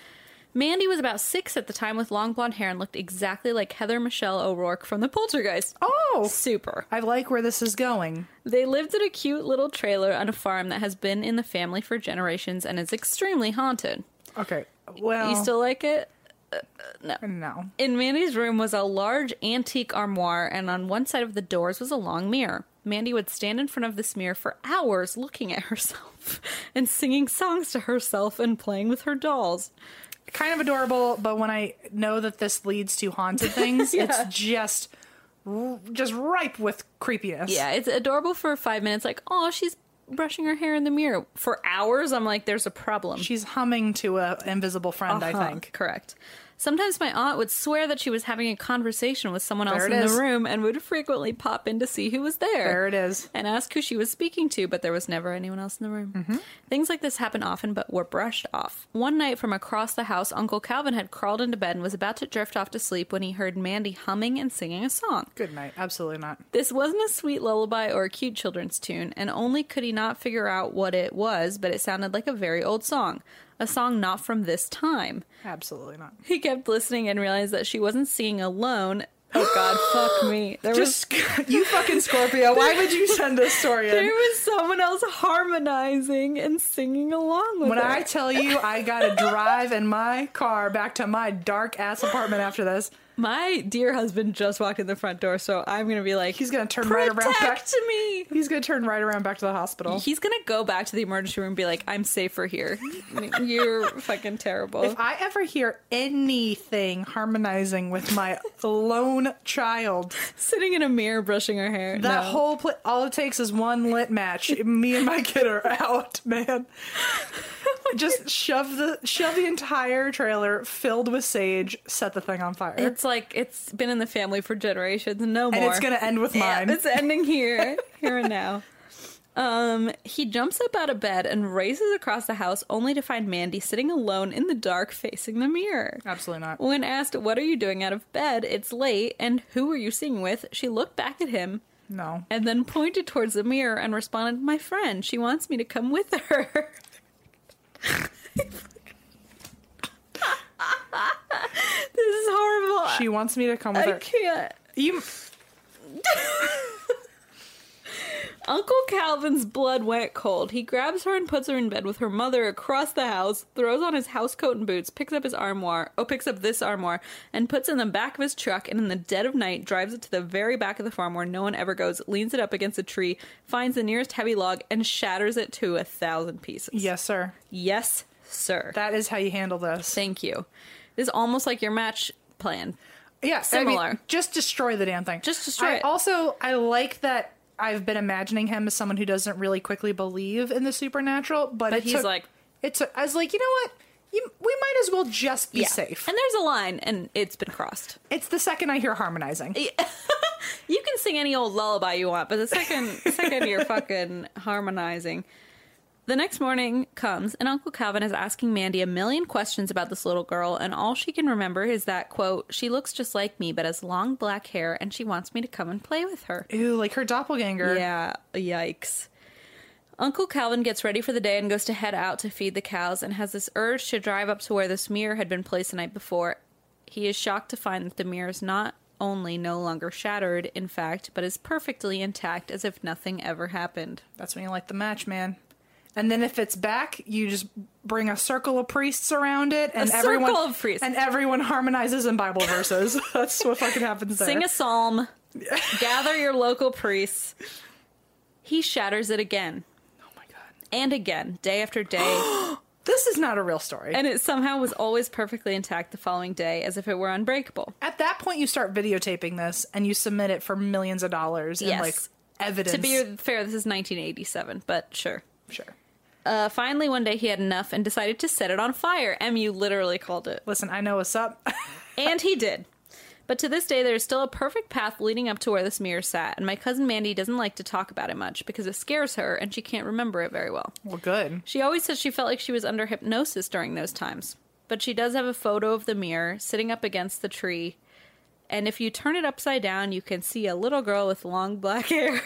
[SPEAKER 3] Mandy was about six at the time with long blonde hair and looked exactly like Heather Michelle O'Rourke from The Poltergeist.
[SPEAKER 2] Oh,
[SPEAKER 3] Super.
[SPEAKER 2] I like where this is going.
[SPEAKER 3] They lived in a cute little trailer on a farm that has been in the family for generations and is extremely haunted.
[SPEAKER 2] Okay. Well,
[SPEAKER 3] You still like it?
[SPEAKER 2] no.
[SPEAKER 3] In Mandy's room was a large antique armoire, and on one side of the doors was a long mirror. Mandy would stand in front of this mirror for hours looking at herself and singing songs to herself and playing with her dolls.
[SPEAKER 2] Kind of adorable, but when I know that this leads to haunted things, it's just r- just ripe with creepiness.
[SPEAKER 3] Yeah, it's adorable for five minutes. Like, oh, she's brushing her hair in the mirror. For hours, I'm like, there's a problem.
[SPEAKER 2] She's humming to a invisible friend,
[SPEAKER 3] Uh-huh,
[SPEAKER 2] I think.
[SPEAKER 3] Correct. Sometimes my aunt would swear that she was having a conversation with someone else
[SPEAKER 2] There
[SPEAKER 3] in
[SPEAKER 2] it is.
[SPEAKER 3] the room and would frequently pop in to see who was there.
[SPEAKER 2] There it is.
[SPEAKER 3] And ask who she was speaking to, but there was never anyone else in the room.
[SPEAKER 2] Mm-hmm.
[SPEAKER 3] Things like this happen often, but were brushed off. One night from across the house, Uncle Calvin had crawled into bed and was about to drift off to sleep when he heard Mandy humming and singing a song.
[SPEAKER 2] Good night. Absolutely not.
[SPEAKER 3] This wasn't a sweet lullaby or a cute children's tune, and only could he not figure out what it was, but it sounded like a very old song. A song not from this time.
[SPEAKER 2] Absolutely not.
[SPEAKER 3] He kept listening and realized that she wasn't singing alone. Oh god, fuck me. There was
[SPEAKER 2] Just you fucking Scorpio. Why would you send this story
[SPEAKER 3] there
[SPEAKER 2] in?
[SPEAKER 3] was someone else harmonizing and singing along with
[SPEAKER 2] When
[SPEAKER 3] her.
[SPEAKER 2] I tell you I got to drive in my car back to my dark ass apartment after this,
[SPEAKER 3] My dear husband just walked in the front door, so I'm gonna be like,
[SPEAKER 2] he's going to turn
[SPEAKER 3] protect
[SPEAKER 2] right around back
[SPEAKER 3] to me.
[SPEAKER 2] He's going to turn right around back to the hospital.
[SPEAKER 3] He's gonna go back to the emergency room and be like, I'm safer here. You're fucking terrible.
[SPEAKER 2] If I ever hear anything harmonizing with my lone child,
[SPEAKER 3] Sitting in a mirror brushing her hair.
[SPEAKER 2] that
[SPEAKER 3] No.
[SPEAKER 2] whole pla all it takes is one lit match. Me and my kid are out, man. Just shove the shove the entire trailer filled with sage, set the thing on fire,
[SPEAKER 3] It's like it's been in the family for generations. No more.
[SPEAKER 2] and it's gonna end with mine.
[SPEAKER 3] Yeah, it's ending here, here and now. Um, he jumps up out of bed and races across the house, only to find Mandy sitting alone in the dark, facing the mirror.
[SPEAKER 2] Absolutely not.
[SPEAKER 3] When asked, "What are you doing out of bed? It's late, and who were you singing with?" she looked back at him
[SPEAKER 2] No,
[SPEAKER 3] and then pointed towards the mirror and responded, "My friend. She wants me to come with her." this is horrible.
[SPEAKER 2] she wants me to come with
[SPEAKER 3] I
[SPEAKER 2] her.
[SPEAKER 3] can't.
[SPEAKER 2] You,
[SPEAKER 3] Uncle Calvin's blood went cold. He grabs her and puts her in bed with her mother across the house, throws on his housecoat and boots, picks up his armoire, oh, picks up this armoire, and puts it in the back of his truck, and in the dead of night drives it to the very back of the farm where no one ever goes, leans it up against a tree, finds the nearest heavy log, and shatters it to a thousand pieces.
[SPEAKER 2] yes, sir.
[SPEAKER 3] Yes, sir.
[SPEAKER 2] That is how you handle this.
[SPEAKER 3] Thank you. This is almost like your match plan.
[SPEAKER 2] Yeah, I
[SPEAKER 3] Similar.
[SPEAKER 2] mean, just destroy the damn thing.
[SPEAKER 3] Just destroy
[SPEAKER 2] I
[SPEAKER 3] it.
[SPEAKER 2] Also, I like that I've been imagining him as someone who doesn't really quickly believe in the supernatural, but, it
[SPEAKER 3] he's
[SPEAKER 2] took-
[SPEAKER 3] like-
[SPEAKER 2] it took. I was like, you know what? You, we might as well just be
[SPEAKER 3] Yeah.
[SPEAKER 2] safe.
[SPEAKER 3] And there's a line, and it's been crossed.
[SPEAKER 2] it's the second I hear harmonizing.
[SPEAKER 3] You can sing any old lullaby you want, but the second second you're fucking harmonizing. The next morning comes, and Uncle Calvin is asking Mandy a million questions about this little girl, and all she can remember is that quote, "She looks just like me, but has long black hair, and she wants me to come and play with her."
[SPEAKER 2] Ew, like her doppelganger.
[SPEAKER 3] Yeah, yikes. Uncle Calvin gets ready for the day and goes to head out to feed the cows and has this urge to drive up to where this mirror had been placed the night before. He is shocked to find that the mirror is not only no longer shattered, in fact, but is perfectly intact as if nothing ever happened.
[SPEAKER 2] That's when you light the match, man. And then if it's back, you just bring a circle of priests around it, and
[SPEAKER 3] circle
[SPEAKER 2] everyone
[SPEAKER 3] of priests.
[SPEAKER 2] and everyone harmonizes in Bible verses. That's what fucking happens there.
[SPEAKER 3] Sing a psalm, gather your local priests. He shatters it again
[SPEAKER 2] oh my god,
[SPEAKER 3] and again, day after day.
[SPEAKER 2] this is not a real story.
[SPEAKER 3] and it somehow was always perfectly intact the following day as if it were unbreakable.
[SPEAKER 2] At that point, you start videotaping this and you submit it for millions of dollars and
[SPEAKER 3] Yes.
[SPEAKER 2] like evidence.
[SPEAKER 3] To be fair, this is 1987, but sure.
[SPEAKER 2] sure.
[SPEAKER 3] Uh, finally, one day he had enough and decided to set it on fire. MU literally called it.
[SPEAKER 2] Listen, I know what's up.
[SPEAKER 3] And he did. But to this day, there is still a perfect path leading up to where this mirror sat, and my cousin Mandy doesn't like to talk about it much because it scares her and she can't remember it very well.
[SPEAKER 2] well, good.
[SPEAKER 3] She always says she felt like she was under hypnosis during those times. But she does have a photo of the mirror sitting up against the tree, and if you turn it upside down, you can see a little girl with long black hair.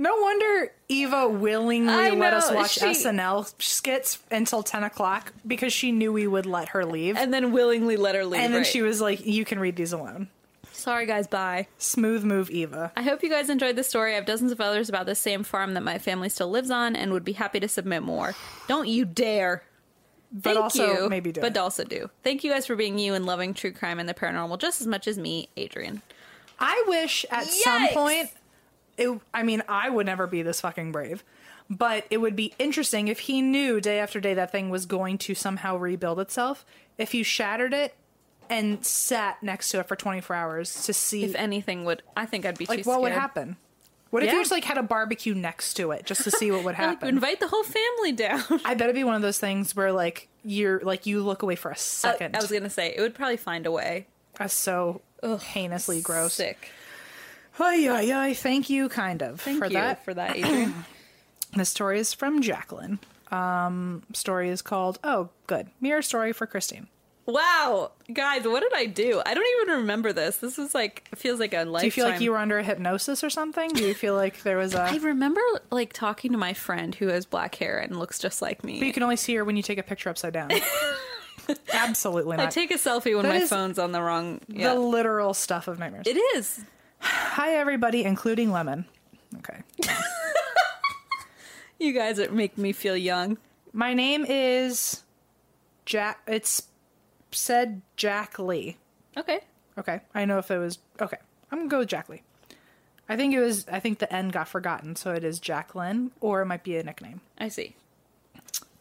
[SPEAKER 2] No wonder Eva willingly
[SPEAKER 3] I
[SPEAKER 2] let us
[SPEAKER 3] know,
[SPEAKER 2] watch
[SPEAKER 3] she-
[SPEAKER 2] SNL skits until ten o'clock because she knew we would let her leave. And,
[SPEAKER 3] and then willingly let her leave.
[SPEAKER 2] then
[SPEAKER 3] right?
[SPEAKER 2] she was like, "You can read these alone."
[SPEAKER 3] Sorry, guys. Bye.
[SPEAKER 2] Smooth move, Eva.
[SPEAKER 3] I hope you guys enjoyed this story. I have dozens of others about this same farm that my family still lives on and would be happy to submit more. Don't you dare.
[SPEAKER 2] But
[SPEAKER 3] Thank
[SPEAKER 2] also
[SPEAKER 3] you,
[SPEAKER 2] maybe do
[SPEAKER 3] But
[SPEAKER 2] it.
[SPEAKER 3] also do. Thank you guys for being you and loving true crime and the paranormal just as much as me, Adrian.
[SPEAKER 2] I wish at some
[SPEAKER 3] Yikes!
[SPEAKER 2] point. It, I mean, I would never be this fucking brave, but it would be interesting if he knew day after day that thing was going to somehow rebuild itself. If you shattered it and sat next to it for 24 hours to see,
[SPEAKER 3] If anything would I think I'd be
[SPEAKER 2] like, what
[SPEAKER 3] too
[SPEAKER 2] would
[SPEAKER 3] scared.
[SPEAKER 2] happen? What if
[SPEAKER 3] Yeah.
[SPEAKER 2] you just like had a barbecue next to it just to see what would
[SPEAKER 3] Like,
[SPEAKER 2] happen?
[SPEAKER 3] invite the whole family down.
[SPEAKER 2] I bet it'd be one of those things where like you're like you look away for a second.
[SPEAKER 3] Uh, I was gonna say it would probably find a way.
[SPEAKER 2] That's so heinously gross.
[SPEAKER 3] Sick.
[SPEAKER 2] Ay, ay, ay. Thank you, kind of,
[SPEAKER 3] Thank
[SPEAKER 2] for
[SPEAKER 3] you
[SPEAKER 2] that.
[SPEAKER 3] for that, Adrian.
[SPEAKER 2] This story is from Jacqueline. Um, story is called Oh, good mirror story for Christine.
[SPEAKER 3] wow, guys, what did I do? I don't even remember this. This is like feels like a lifetime.
[SPEAKER 2] Do you feel like you were under a hypnosis or something? Do you feel like there was
[SPEAKER 3] I
[SPEAKER 2] a?
[SPEAKER 3] remember like talking to my friend who has black hair and looks just like me.
[SPEAKER 2] But you can only see her when you take a picture upside down. Absolutely
[SPEAKER 3] I
[SPEAKER 2] not.
[SPEAKER 3] take a selfie when
[SPEAKER 2] That
[SPEAKER 3] my
[SPEAKER 2] is
[SPEAKER 3] phone's on the wrong.
[SPEAKER 2] the
[SPEAKER 3] Yeah.
[SPEAKER 2] literal stuff of nightmares.
[SPEAKER 3] it is.
[SPEAKER 2] Hi, everybody, including Lemon. Okay.
[SPEAKER 3] You guys are- make me feel young.
[SPEAKER 2] My name is Jack. It's said Jack Lee.
[SPEAKER 3] Okay.
[SPEAKER 2] Okay. I know if it was okay. I'm gonna go with Jack Lee. I think it was. I think the N got forgotten, so it is Jacqueline, or it might be a nickname.
[SPEAKER 3] I see.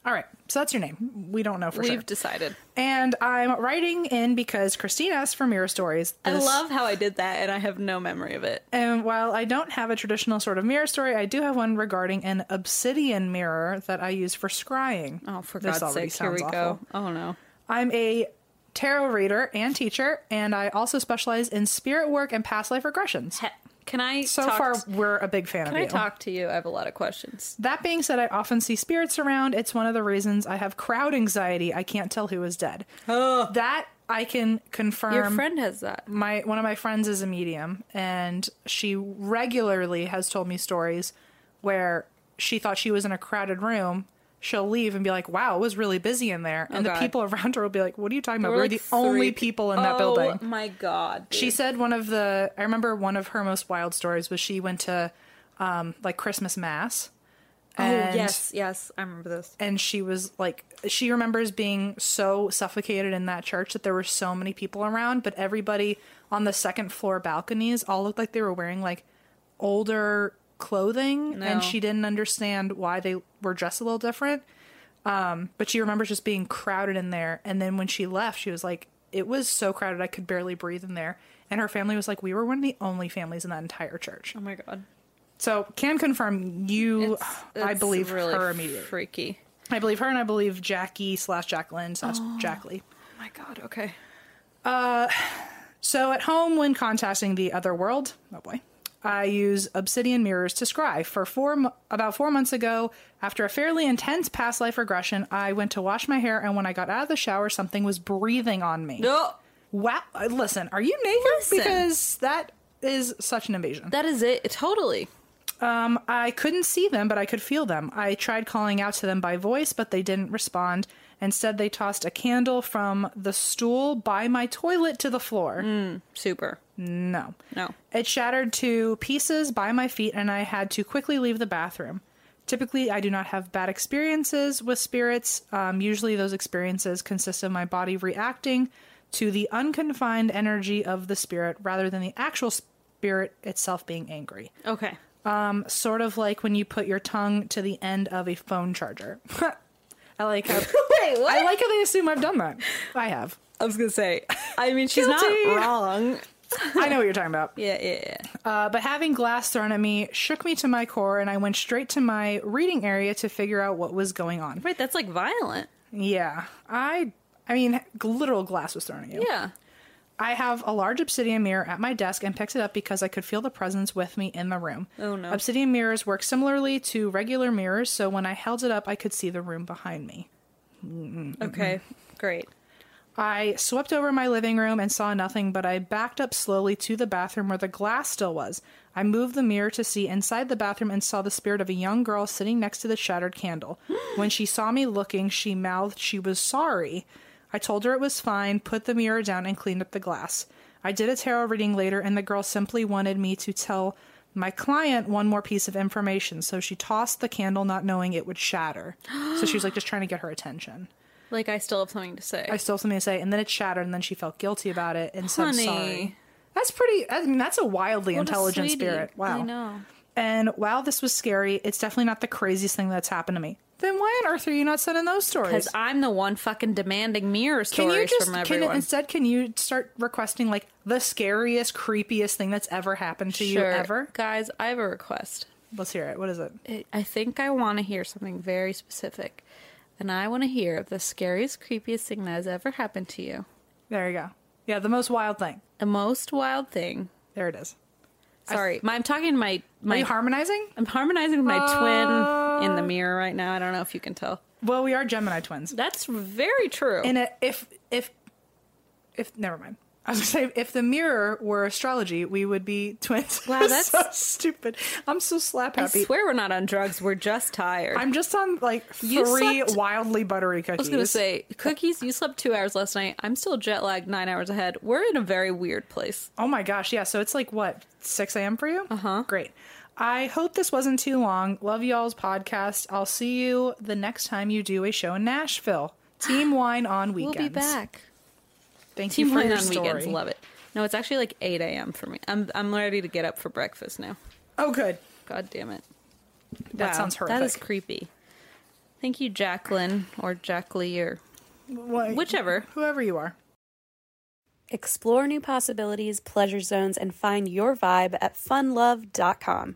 [SPEAKER 2] All right, so that's your name. We don't know for
[SPEAKER 3] We've
[SPEAKER 2] sure.
[SPEAKER 3] decided.
[SPEAKER 2] and I'm writing in because Christine asked for mirror stories.
[SPEAKER 3] I
[SPEAKER 2] This-
[SPEAKER 3] love how I did that and I have no memory of it.
[SPEAKER 2] And while I don't have a traditional sort of mirror story, I do have one regarding an obsidian mirror that I use for scrying.
[SPEAKER 3] Oh, for
[SPEAKER 2] This
[SPEAKER 3] God's
[SPEAKER 2] already
[SPEAKER 3] sake, here we
[SPEAKER 2] sounds
[SPEAKER 3] go.
[SPEAKER 2] awful.
[SPEAKER 3] Oh no.
[SPEAKER 2] I'm a tarot reader and teacher, and I also specialize in spirit work and past life regressions.
[SPEAKER 3] He- Can I
[SPEAKER 2] So
[SPEAKER 3] talk
[SPEAKER 2] far,
[SPEAKER 3] t-
[SPEAKER 2] we're a big fan
[SPEAKER 3] Can
[SPEAKER 2] of
[SPEAKER 3] I
[SPEAKER 2] you.
[SPEAKER 3] talk to you? I have a lot of questions.
[SPEAKER 2] That being said, I often see spirits around. It's one of the reasons I have crowd anxiety. I can't tell who is dead. That I can confirm.
[SPEAKER 3] Your friend has that.
[SPEAKER 2] my one of my friends is a medium and she regularly has told me stories where she thought she was in a crowded room she'll leave and be like wow it was really busy in there and
[SPEAKER 3] Oh, God.
[SPEAKER 2] the people around her will be like what are you talking about
[SPEAKER 3] There
[SPEAKER 2] we're,
[SPEAKER 3] like,
[SPEAKER 2] the
[SPEAKER 3] three
[SPEAKER 2] only
[SPEAKER 3] pe-
[SPEAKER 2] people in that
[SPEAKER 3] Oh,
[SPEAKER 2] building
[SPEAKER 3] my God.
[SPEAKER 2] she
[SPEAKER 3] dude.
[SPEAKER 2] said one of the i remember one of her most wild stories was she went to um like christmas mass
[SPEAKER 3] Oh, yes, yes. I remember this.
[SPEAKER 2] and she was like she remembers being so suffocated in that church that there were so many people around but everybody on the second floor balconies all looked like they were wearing like older clothing
[SPEAKER 3] No.
[SPEAKER 2] and she didn't understand why they were dressed a little different um but she remembers just being crowded in there and then when she left she was like it was so crowded i could barely breathe in there and her family was like we were one of the only families in that entire church
[SPEAKER 3] Oh, my God.
[SPEAKER 2] So can confirm you.
[SPEAKER 3] It's-
[SPEAKER 2] I
[SPEAKER 3] it's
[SPEAKER 2] believe
[SPEAKER 3] really
[SPEAKER 2] her immediately.
[SPEAKER 3] Freaky.
[SPEAKER 2] I believe her, and I believe Jackie slash Jacqueline slash Jacqueline.
[SPEAKER 3] Oh my god. Okay.
[SPEAKER 2] So at home, when contacting the other world, oh boy, I use obsidian mirrors to scry. For four, mo- about four months ago, after a fairly intense past life regression, I went to wash my hair, and when I got out of the shower, something was breathing on me.
[SPEAKER 3] No.
[SPEAKER 2] Wow! uh, Listen, are you naked?
[SPEAKER 3] Listen.
[SPEAKER 2] Because that is such an invasion.
[SPEAKER 3] That is it. Totally.
[SPEAKER 2] Um, I couldn't see them, but I could feel them. I tried calling out to them by voice, but they didn't respond. Instead, they tossed a candle from the stool by my toilet to the floor.
[SPEAKER 3] Super.
[SPEAKER 2] No.
[SPEAKER 3] No.
[SPEAKER 2] It shattered to pieces by my feet, and I had to quickly leave the bathroom. Typically, I do not have bad experiences with spirits. Um, usually, those experiences consist of my body reacting to the unconfined energy of the spirit rather than the actual spirit itself being angry.
[SPEAKER 3] Okay.
[SPEAKER 2] Um, sort of like when you put your tongue to the end of a phone charger. I like how.
[SPEAKER 3] Wait.
[SPEAKER 2] I like how they assume I've done that. I have.
[SPEAKER 3] I was gonna say. I mean, she's
[SPEAKER 2] Guilty.
[SPEAKER 3] not wrong.
[SPEAKER 2] I know what you're talking about.
[SPEAKER 3] Yeah. Yeah. Yeah.
[SPEAKER 2] Uh, but having glass thrown at me shook me to my core, and I went straight to my reading area to figure out what was going on.
[SPEAKER 3] Right. That's like violent.
[SPEAKER 2] Yeah, I, I mean, literal glass was thrown at you.
[SPEAKER 3] Yeah.
[SPEAKER 2] I have a large obsidian mirror at my desk and picked it up because I could feel the presence with me in the room.
[SPEAKER 3] Oh, no.
[SPEAKER 2] Obsidian mirrors work similarly to regular mirrors, so when I held it up, I could see the room behind me.
[SPEAKER 3] Okay. Great.
[SPEAKER 2] I swept over my living room and saw nothing, but I backed up slowly to the bathroom where the glass still was. I moved the mirror to see inside the bathroom and saw the spirit of a young girl sitting next to the shattered candle. when she saw me looking, she mouthed she was sorry. I told her it was fine, put the mirror down, and cleaned up the glass. I did a tarot reading later, and the girl simply wanted me to tell my client one more piece of information, so she tossed the candle, not knowing it would shatter. so she was like just trying to get her attention.
[SPEAKER 3] Like I still have something to say.
[SPEAKER 2] I still have something to say, and then it shattered, and then she felt guilty about it, and so I'm
[SPEAKER 3] Honey.
[SPEAKER 2] sorry. That's pretty. I mean, that's a wildly
[SPEAKER 3] What a
[SPEAKER 2] intelligent
[SPEAKER 3] sweetie.
[SPEAKER 2] spirit. Wow.
[SPEAKER 3] I know.
[SPEAKER 2] And while this was scary, it's definitely not the craziest thing that's happened to me. Then why on earth are you not sending those stories?
[SPEAKER 3] Because I'm the one fucking demanding mirror
[SPEAKER 2] Can
[SPEAKER 3] stories
[SPEAKER 2] you just
[SPEAKER 3] from
[SPEAKER 2] can,
[SPEAKER 3] everyone.
[SPEAKER 2] instead? Can you start requesting like the scariest, creepiest thing that's ever happened to you
[SPEAKER 3] Sure.
[SPEAKER 2] ever?
[SPEAKER 3] Guys, I have a request.
[SPEAKER 2] Let's hear it. What is it?
[SPEAKER 3] I- I think I want to hear something very specific. And I want to hear the scariest, creepiest thing that has ever happened to you.
[SPEAKER 2] There you go. Yeah, the most wild thing.
[SPEAKER 3] The most wild thing.
[SPEAKER 2] There it is.
[SPEAKER 3] Sorry, my, I'm talking to my
[SPEAKER 2] Are
[SPEAKER 3] my.
[SPEAKER 2] you harmonizing?
[SPEAKER 3] I'm harmonizing with my twin in the mirror right now. I don't know if you can tell.
[SPEAKER 2] Well, we are Gemini twins.
[SPEAKER 3] That's very true.
[SPEAKER 2] And it, if if if never mind. I was gonna say if the mirror were astrology, we would be twins.
[SPEAKER 3] Wow,
[SPEAKER 2] so
[SPEAKER 3] that's-
[SPEAKER 2] stupid. I'm so slap
[SPEAKER 3] I
[SPEAKER 2] happy.
[SPEAKER 3] swear we're not on drugs. We're just tired.
[SPEAKER 2] I'm just on like
[SPEAKER 3] You
[SPEAKER 2] three
[SPEAKER 3] slept-
[SPEAKER 2] wildly buttery
[SPEAKER 3] I
[SPEAKER 2] cookies.
[SPEAKER 3] was gonna say cookies. You slept two hours last night. I'm still jet lagged, nine hours ahead. We're in a very weird place.
[SPEAKER 2] Oh my gosh, yeah. So it's like what six a.m. for you? Uh
[SPEAKER 3] Uh-huh.
[SPEAKER 2] huh. Great. I hope this wasn't too long. Love y'all's podcast. I'll see you the next time you do a show in Nashville. Team Wine on
[SPEAKER 3] We'll
[SPEAKER 2] weekends.
[SPEAKER 3] be back.
[SPEAKER 2] Thank
[SPEAKER 3] Team
[SPEAKER 2] you for
[SPEAKER 3] wine
[SPEAKER 2] your
[SPEAKER 3] on
[SPEAKER 2] story.
[SPEAKER 3] weekends. Love it. No, it's actually like 8 a.m. for me. I'm I'm ready to get up for breakfast now.
[SPEAKER 2] Oh, good.
[SPEAKER 3] God damn it.
[SPEAKER 2] That
[SPEAKER 3] Wow,
[SPEAKER 2] sounds horrific.
[SPEAKER 3] That is creepy. Thank you, Jacqueline or Jacqueline or
[SPEAKER 2] Wha-
[SPEAKER 3] whichever.
[SPEAKER 2] Whoever you are.
[SPEAKER 4] Explore new possibilities, pleasure zones, and find your vibe at funlove.com.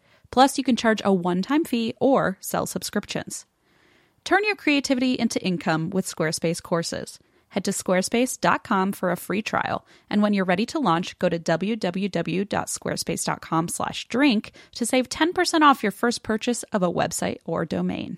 [SPEAKER 1] Plus, you can charge a one time fee or sell subscriptions. Turn your creativity into income with Squarespace courses. Head to squarespace.com for a free trial, and when you're ready to launch, go to www.squarespace.com/drink to save 10% off your first purchase of a website or domain.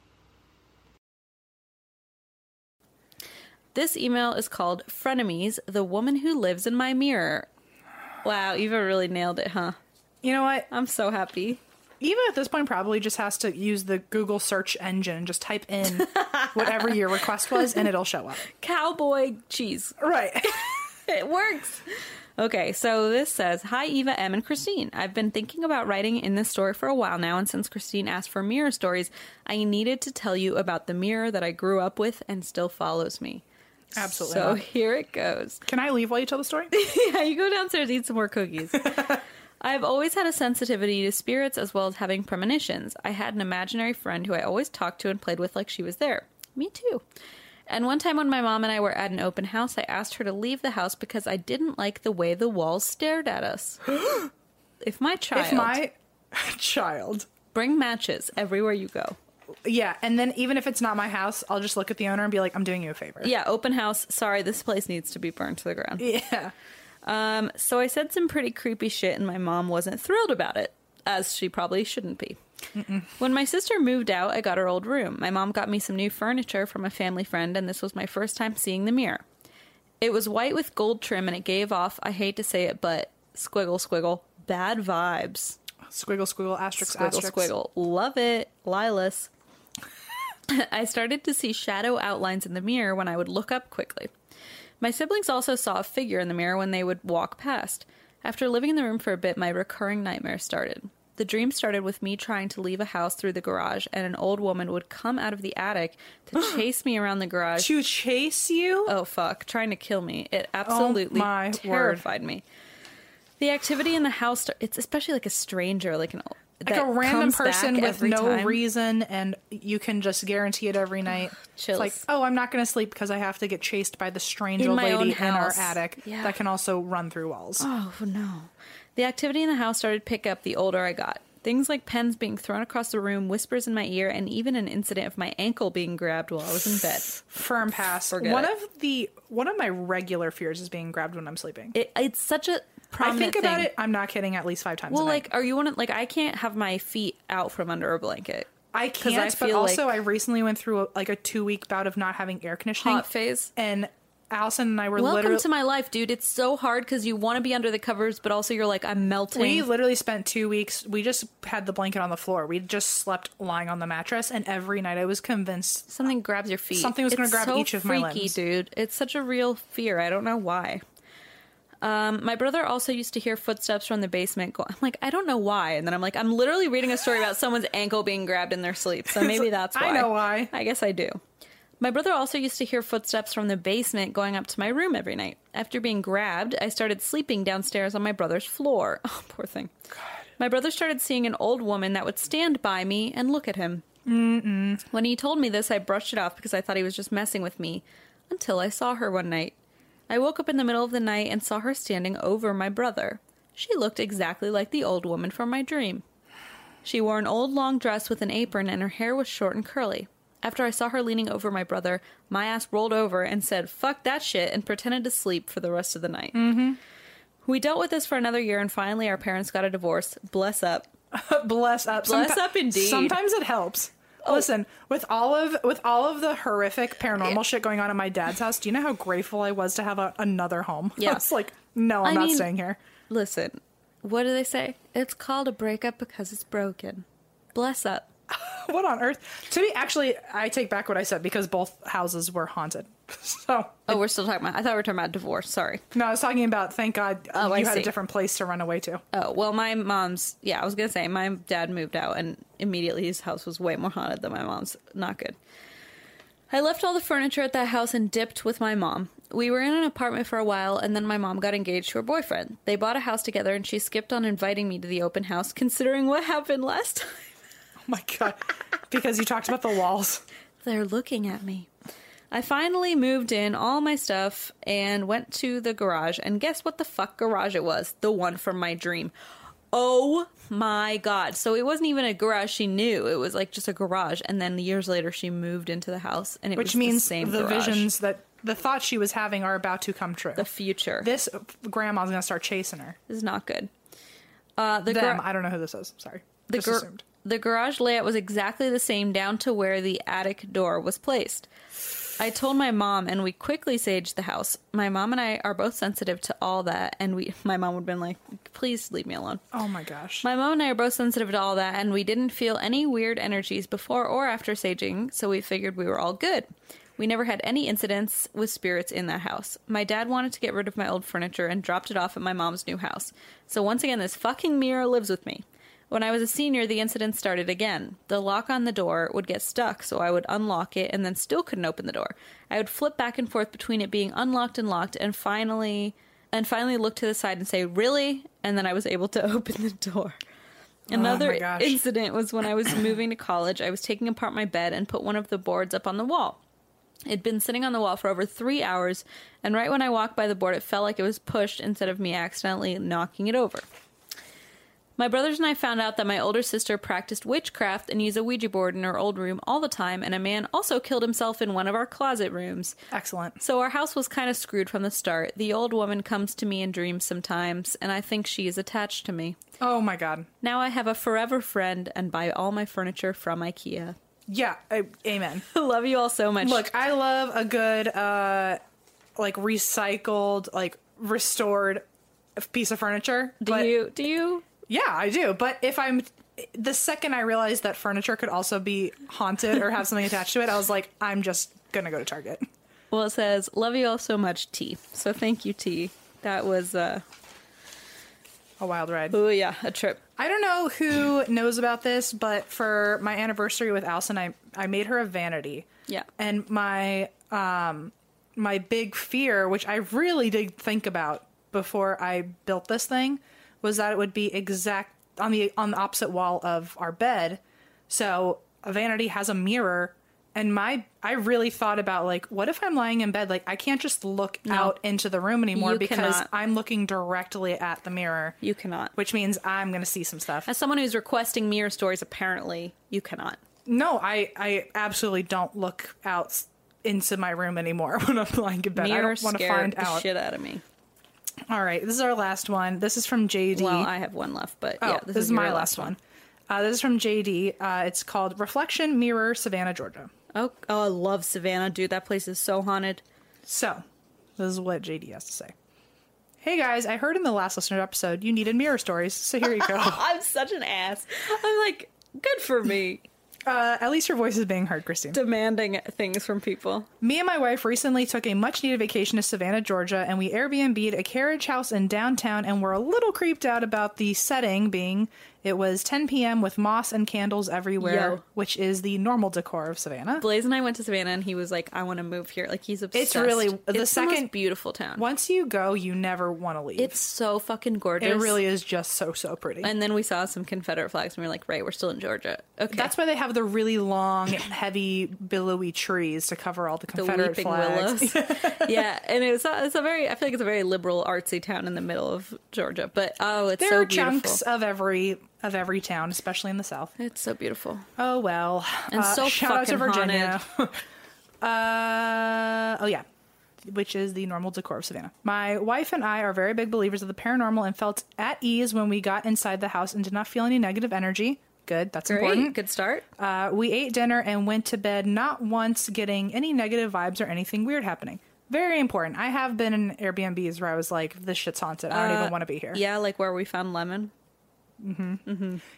[SPEAKER 3] This email is called Frenemies, the woman who lives in my mirror. Wow, Eva really nailed it, huh?
[SPEAKER 2] You know what?
[SPEAKER 3] I'm so happy.
[SPEAKER 2] Eva at this point probably just has to use the Google search engine and just type in whatever your request was and it'll show up.
[SPEAKER 3] Cowboy cheese.
[SPEAKER 2] Right.
[SPEAKER 3] It works. Okay, so this says Hi, Eva, M, and Christine. I've been thinking about writing in this story for a while now, and since Christine asked for mirror stories, I needed to tell you about the mirror that I grew up with and still follows me.
[SPEAKER 2] Absolutely.
[SPEAKER 3] So
[SPEAKER 2] not.
[SPEAKER 3] here it goes.
[SPEAKER 2] Can I leave while you tell the story?
[SPEAKER 3] Yeah, you go downstairs, eat some more cookies. I've always had a sensitivity to spirits as well as having premonitions. I had an imaginary friend who I always talked to and played with like she was there. Me too. And one time when my mom and I were at an open house, I asked her to leave the house because I didn't like the way the walls stared at us. if my child
[SPEAKER 2] If my child.
[SPEAKER 3] bring matches everywhere you go.
[SPEAKER 2] Yeah, and then even if it's not my house, I'll just look at the owner and be like, I'm doing you a favor.
[SPEAKER 3] Yeah, open house. Sorry, this place needs to be burned to the ground.
[SPEAKER 2] Yeah.
[SPEAKER 3] Um, so I said some pretty creepy shit, and my mom wasn't thrilled about it, as she probably shouldn't be. When my sister moved out, I got her old room. My mom got me some new furniture from a family friend, and this was my first time seeing the mirror. It was white with gold trim, and it gave off, I hate to say it, but squiggle, squiggle, bad vibes.
[SPEAKER 2] Squiggle, squiggle, asterisk,
[SPEAKER 3] Squiggle,
[SPEAKER 2] asterisk.
[SPEAKER 3] squiggle. Love it. Lilas. I started to see shadow outlines in the mirror when I would look up quickly. My siblings also saw a figure in the mirror when they would walk past. After living in the room for a bit, my recurring nightmare started. The dream started with me trying to leave a house through the garage, and an old woman would come out of the attic to chase me around the garage.
[SPEAKER 2] To chase you?
[SPEAKER 3] Oh fuck, trying to kill me. It absolutely
[SPEAKER 2] Oh my word.
[SPEAKER 3] terrified me. The activity in the house it's especially like a stranger, like an
[SPEAKER 2] like
[SPEAKER 3] that
[SPEAKER 2] a random
[SPEAKER 3] comes back
[SPEAKER 2] person with
[SPEAKER 3] every
[SPEAKER 2] no
[SPEAKER 3] time.
[SPEAKER 2] reason and you can just guarantee it every night it's
[SPEAKER 3] Chills.
[SPEAKER 2] like oh i'm not gonna sleep because i have to get chased by the strange
[SPEAKER 3] In
[SPEAKER 2] old
[SPEAKER 3] my own
[SPEAKER 2] lady in our
[SPEAKER 3] house.
[SPEAKER 2] attic
[SPEAKER 3] Yeah.
[SPEAKER 2] that can also run through walls
[SPEAKER 3] Oh no. The activity in the house started to pick up the older I got. Things like pens being thrown across the room, whispers in my ear, and even an incident of my ankle being grabbed while I was in bed.
[SPEAKER 2] Firm pass.
[SPEAKER 3] Forget
[SPEAKER 2] one
[SPEAKER 3] it.
[SPEAKER 2] of the one of my regular fears is being grabbed when I'm sleeping.
[SPEAKER 3] It, it's such a
[SPEAKER 2] I
[SPEAKER 3] prominent
[SPEAKER 2] think about
[SPEAKER 3] thing.
[SPEAKER 2] it. I'm not kidding. At least five times.
[SPEAKER 3] Well,
[SPEAKER 2] a night.
[SPEAKER 3] like, are you one of like I can't have my feet out from under a blanket.
[SPEAKER 2] I
[SPEAKER 3] 'Cause
[SPEAKER 2] can't,
[SPEAKER 3] I
[SPEAKER 2] but
[SPEAKER 3] feel
[SPEAKER 2] also
[SPEAKER 3] like-
[SPEAKER 2] I recently went through a, like a two week bout of not having air conditioning.
[SPEAKER 3] Hot phase.
[SPEAKER 2] And Allison and I were
[SPEAKER 3] Welcome
[SPEAKER 2] literally
[SPEAKER 3] to my life, dude. It's so hard because you want to be under the covers, but also you're like I'm melting.
[SPEAKER 2] we literally spent two weeks. We just had the blanket on the floor. We just slept lying on the mattress, and every night I was convinced.
[SPEAKER 3] Something grabs your feet.
[SPEAKER 2] Something was gonna
[SPEAKER 3] It's
[SPEAKER 2] grab
[SPEAKER 3] so
[SPEAKER 2] each of my
[SPEAKER 3] freaky,
[SPEAKER 2] limbs.
[SPEAKER 3] dude. It's such a real fear. I don't know why. Um, my brother also used to hear footsteps from the basement. Go- I'm like, I don't know why. And then I'm like, I'm literally reading a story about someone's ankle being grabbed in their sleep. So maybe that's why.
[SPEAKER 2] I know why.
[SPEAKER 3] I guess I do. My brother also used to hear footsteps from the basement going up to my room every night. After being grabbed, I started sleeping downstairs on my brother's floor. Oh, poor thing. My brother started seeing an old woman that would stand by me and look at him. When he told me this, I brushed it off because I thought he was just messing with me until I saw her one night. I woke up in the middle of the night and saw her standing over my brother. She looked exactly like the old woman from my dream. She wore an old long dress with an apron and her hair was short and curly. After I saw her leaning over my brother, my ass rolled over and said, fuck that shit, and pretended to sleep for the rest of the night. Mm-hmm. We dealt with this for another year and finally our parents got a divorce. Bless up.
[SPEAKER 2] Bless up.
[SPEAKER 3] Bless
[SPEAKER 2] Someti-
[SPEAKER 3] up indeed. Oh.
[SPEAKER 2] Sometimes it helps. Listen, with all of with all of the horrific paranormal shit going on at my dad's house, do you know how grateful I was to have a, another home?
[SPEAKER 3] Yeah.
[SPEAKER 2] I was like, no, I'm
[SPEAKER 3] I
[SPEAKER 2] not
[SPEAKER 3] mean-
[SPEAKER 2] staying here.
[SPEAKER 3] Listen, what do they say? It's called a breakup because it's broken. Bless up.
[SPEAKER 2] What on earth? To be actually, I take back what I said because both houses were haunted. So
[SPEAKER 3] Oh, we're still talking about. I thought we were talking about divorce. Sorry.
[SPEAKER 2] no, I was talking about. Thank God
[SPEAKER 3] Oh, I
[SPEAKER 2] you had
[SPEAKER 3] see.
[SPEAKER 2] a different place to run away to.
[SPEAKER 3] Oh well, my mom's. Yeah, I was gonna say my dad moved out, and immediately his house was way more haunted than my mom's. Not good. I left all the furniture at that house and dipped with my mom. We were in an apartment for a while, and then my mom got engaged to her boyfriend. They bought a house together, and she skipped on inviting me to the open house, considering what happened last time.
[SPEAKER 2] Oh my God, because you talked about the walls.
[SPEAKER 3] They're looking at me. I finally moved in all my stuff and went to the garage. And guess what the fuck garage it was? The one from my dream. Oh my god. So it wasn't even a garage she knew. It was like just a garage. And then years later, she moved into the house and it was
[SPEAKER 2] which means
[SPEAKER 3] the
[SPEAKER 2] the,
[SPEAKER 3] same garage.
[SPEAKER 2] visions that the thoughts she was having are about to come true.
[SPEAKER 3] The future. This
[SPEAKER 2] this grandma's gonna start chasing her.
[SPEAKER 3] is not good. Uh, the
[SPEAKER 2] Them,
[SPEAKER 3] gar-
[SPEAKER 2] I don't know who this is. Sorry,
[SPEAKER 3] the,
[SPEAKER 2] Just
[SPEAKER 3] gar-
[SPEAKER 2] assumed.
[SPEAKER 3] the garage layout was exactly the same down to where the attic door was placed. I told my mom, and we quickly saged the house. My mom and I are both sensitive to all that, and we. My mom would have been like, "Please leave me alone."
[SPEAKER 2] Oh my gosh.
[SPEAKER 3] My mom and I are both sensitive to all that, and we didn't feel any weird energies before or after saging, so we figured we were all good. We never had any incidents with spirits in that house. My dad wanted to get rid of my old furniture and dropped it off at my mom's new house. So once again, this fucking mirror lives with me. When I was a senior, the incident started again. The lock on the door would get stuck, so I would unlock it and then still couldn't open the door. I would flip back and forth between it being unlocked and locked, and finally, and finally look to the side and say, "Really?" And then I was able to open the door. Another
[SPEAKER 2] gosh.
[SPEAKER 3] incident was when I was moving to college. I was taking apart my bed and put one of the boards up on the wall. It'd been sitting on the wall for over three hours, and right when I walked by the board, it felt like it was pushed instead of me accidentally knocking it over. My brothers and I found out that my older sister practiced witchcraft and used a Ouija board in her old room all the time, and a man also killed himself in one of our closet rooms.
[SPEAKER 2] Excellent.
[SPEAKER 3] So our house was kind of screwed from the start. The old woman comes to me in dreams sometimes, and I think she is attached to me.
[SPEAKER 2] Oh my god.
[SPEAKER 3] Now I have a forever friend and buy all my furniture from IKEA.
[SPEAKER 2] Yeah. I, amen.
[SPEAKER 3] Love you all so much.
[SPEAKER 2] Look, I love a good, uh like recycled, like restored piece of furniture.
[SPEAKER 3] do
[SPEAKER 2] but-
[SPEAKER 3] you do you
[SPEAKER 2] Yeah, I do. But if I'm the second I realized that furniture could also be haunted or have something attached to it, I was like, I'm just gonna go to Target.
[SPEAKER 3] Well, it says, "Love you all so much, T." So thank you, T. That was, uh,
[SPEAKER 2] A wild ride.
[SPEAKER 3] oh yeah, a trip.
[SPEAKER 2] I don't know who knows about this, but for my anniversary with Alison, I I made her a vanity.
[SPEAKER 3] Yeah.
[SPEAKER 2] And my um my big fear, which I really did think about before I built this thing, was that it would be exact on the on the opposite wall of our bed. So a vanity has a mirror and my I really thought about like what if I'm lying in bed like I can't just look out into the room anymore
[SPEAKER 3] You
[SPEAKER 2] because
[SPEAKER 3] cannot.
[SPEAKER 2] I'm looking directly at the mirror.
[SPEAKER 3] You cannot.
[SPEAKER 2] which means I'm going to see some stuff.
[SPEAKER 3] As someone who's requesting mirror stories, apparently you cannot.
[SPEAKER 2] No, I I absolutely don't look out s- into my room anymore when I'm lying in bed. I
[SPEAKER 3] Mirror
[SPEAKER 2] don't want to
[SPEAKER 3] scared
[SPEAKER 2] find
[SPEAKER 3] the
[SPEAKER 2] out.
[SPEAKER 3] shit out of me.
[SPEAKER 2] All right, this is our last one. This is from JD.
[SPEAKER 3] Well, I have one left, but
[SPEAKER 2] oh,
[SPEAKER 3] yeah,
[SPEAKER 2] this, is,
[SPEAKER 3] your
[SPEAKER 2] my last one. Uh, this is from JD. Uh, it's called Reflection Mirror, Savannah, Georgia.
[SPEAKER 3] Oh, oh, I love Savannah, dude. That place is so haunted.
[SPEAKER 2] So, this is what JD has to say. Hey guys, I heard in the last listener episode you needed mirror stories, so here you go.
[SPEAKER 3] I'm such an ass. I'm like, good for me,
[SPEAKER 2] Uh, at least your voice is being heard, Christine.
[SPEAKER 3] demanding things from people.
[SPEAKER 2] Me and my wife recently took a much needed vacation to Savannah, Georgia, and we Airbnb'd a carriage house in downtown and were a little creeped out about the setting being it was 10 p.m. with moss and candles everywhere,
[SPEAKER 3] Yo.
[SPEAKER 2] which is the normal decor of Savannah.
[SPEAKER 3] Blaze and I went to Savannah, and he was like, "I want to move here." Like he's obsessed.
[SPEAKER 2] really-
[SPEAKER 3] It's
[SPEAKER 2] the
[SPEAKER 3] most
[SPEAKER 2] second-
[SPEAKER 3] beautiful town.
[SPEAKER 2] Once you go, you never want to leave.
[SPEAKER 3] It's so fucking gorgeous.
[SPEAKER 2] it really is just so, so pretty.
[SPEAKER 3] And then we saw some Confederate flags, and we were like, "Right, we're still in Georgia." Okay,
[SPEAKER 2] That's why they have the really long, heavy, billowy trees to cover all the
[SPEAKER 3] the
[SPEAKER 2] Confederate
[SPEAKER 3] weeping
[SPEAKER 2] flags.
[SPEAKER 3] willows. yeah, and it's a, it's a very I feel like it's a very liberal artsy town in the middle of Georgia, but oh, it's
[SPEAKER 2] There
[SPEAKER 3] so
[SPEAKER 2] are
[SPEAKER 3] beautiful.
[SPEAKER 2] chunks of every of every town, especially in the South.
[SPEAKER 3] It's so beautiful.
[SPEAKER 2] Oh well.
[SPEAKER 3] And so
[SPEAKER 2] shout out to
[SPEAKER 3] fucking
[SPEAKER 2] Virginia. uh oh yeah. Which is the normal decor of Savannah. My wife and I are very big believers of the paranormal and felt at ease when we got inside the house and did not feel any negative energy. Good, that's
[SPEAKER 3] Great,
[SPEAKER 2] important.
[SPEAKER 3] good start.
[SPEAKER 2] Uh, we ate dinner and went to bed, not once getting any negative vibes or anything weird happening. Very important. I have been in Airbnbs where I was like, this shit's haunted. I don't
[SPEAKER 3] Uh,
[SPEAKER 2] even want to be here.
[SPEAKER 3] Yeah, like where we found Lemon.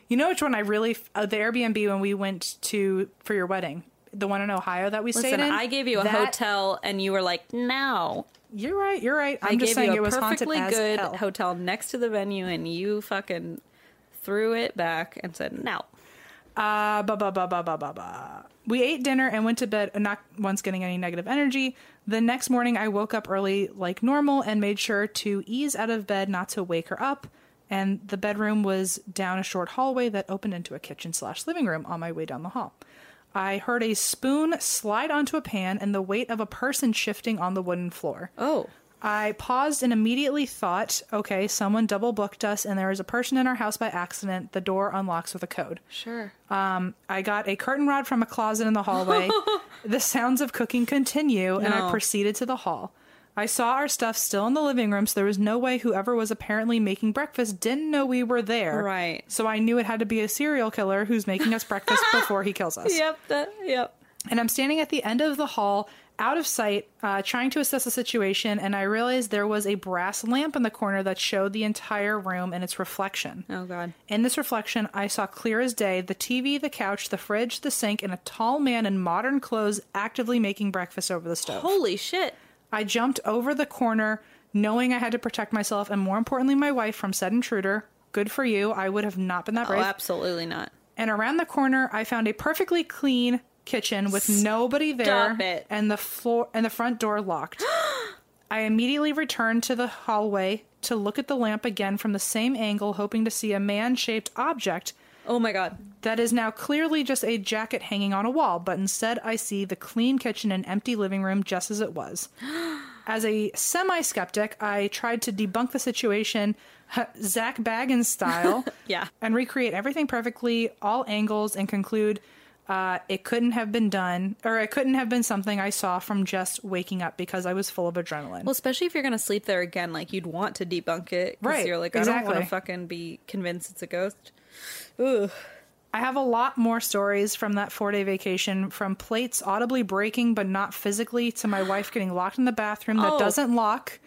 [SPEAKER 2] You know which one I really, f- uh, the Airbnb when we went to for your wedding, the one in Ohio that we stayed
[SPEAKER 3] Listen,
[SPEAKER 2] in.
[SPEAKER 3] I gave you a
[SPEAKER 2] that-
[SPEAKER 3] hotel, and you were like, "No."
[SPEAKER 2] You're right. You're right. I'm
[SPEAKER 3] I
[SPEAKER 2] just
[SPEAKER 3] gave
[SPEAKER 2] saying
[SPEAKER 3] you a
[SPEAKER 2] it was haunted
[SPEAKER 3] perfectly
[SPEAKER 2] as
[SPEAKER 3] good
[SPEAKER 2] hell.
[SPEAKER 3] hotel next to the venue, and you fucking threw it back and said, "No."
[SPEAKER 2] Uh, ba ba ba ba ba ba ba. We ate dinner and went to bed, uh, not once getting any negative energy. The next morning, I woke up early like normal and made sure to ease out of bed, not to wake her up. And the bedroom was down a short hallway that opened into a kitchen slash living room. On my way down the hall, I heard a spoon slide onto a pan and the weight of a person shifting on the wooden floor.
[SPEAKER 3] Oh,
[SPEAKER 2] I paused and immediately thought, okay, someone double booked us and there is a person in our house by accident. The door unlocks with a code.
[SPEAKER 3] sure.
[SPEAKER 2] Um, I got a curtain rod from a closet in the hallway. the sounds of cooking continue and I
[SPEAKER 3] No.
[SPEAKER 2] proceeded to the hall. I saw our stuff still in the living room, so there was no way whoever was apparently making breakfast didn't know we were there.
[SPEAKER 3] Right.
[SPEAKER 2] So I knew it had to be a serial killer who's making us breakfast before he kills us
[SPEAKER 3] Yep. That, yep.
[SPEAKER 2] and I'm standing at the end of the hall, out of sight, uh, trying to assess the situation. And I realized there was a brass lamp in the corner that showed the entire room and its reflection.
[SPEAKER 3] Oh God.
[SPEAKER 2] In this reflection, I saw clear as day the TV, the couch, the fridge, the sink, and a tall man in modern clothes actively making breakfast over the stove.
[SPEAKER 3] Holy shit.
[SPEAKER 2] I jumped over the corner, knowing I had to protect myself and, more importantly, my wife from said intruder. Good for you. I would have not been that
[SPEAKER 3] Oh,
[SPEAKER 2] brave.
[SPEAKER 3] absolutely not.
[SPEAKER 2] And around the corner, I found a perfectly clean kitchen with nobody there
[SPEAKER 3] Stop it.
[SPEAKER 2] and the floor and the front door locked. I immediately returned to the hallway to look at the lamp again from the same angle, hoping to see a man-shaped object
[SPEAKER 3] Oh my God.
[SPEAKER 2] that is now clearly just a jacket hanging on a wall, but instead I see the clean kitchen and empty living room just as it was. As a semi skeptic, I tried to debunk the situation Zach Baggins style
[SPEAKER 3] Yeah.
[SPEAKER 2] and recreate everything perfectly, all angles, and conclude uh, it couldn't have been done or it couldn't have been something I saw from just waking up because I was full of adrenaline.
[SPEAKER 3] Well, especially if you're gonna sleep there again, like you'd want to debunk it, 'cause
[SPEAKER 2] Right,
[SPEAKER 3] You're like, I don't want
[SPEAKER 2] exactly.
[SPEAKER 3] to fucking be convinced it's a ghost. Ooh.
[SPEAKER 2] I have a lot more stories from that four day vacation from plates audibly breaking but not physically to my wife getting locked in the bathroom that
[SPEAKER 3] Oh.
[SPEAKER 2] doesn't lock.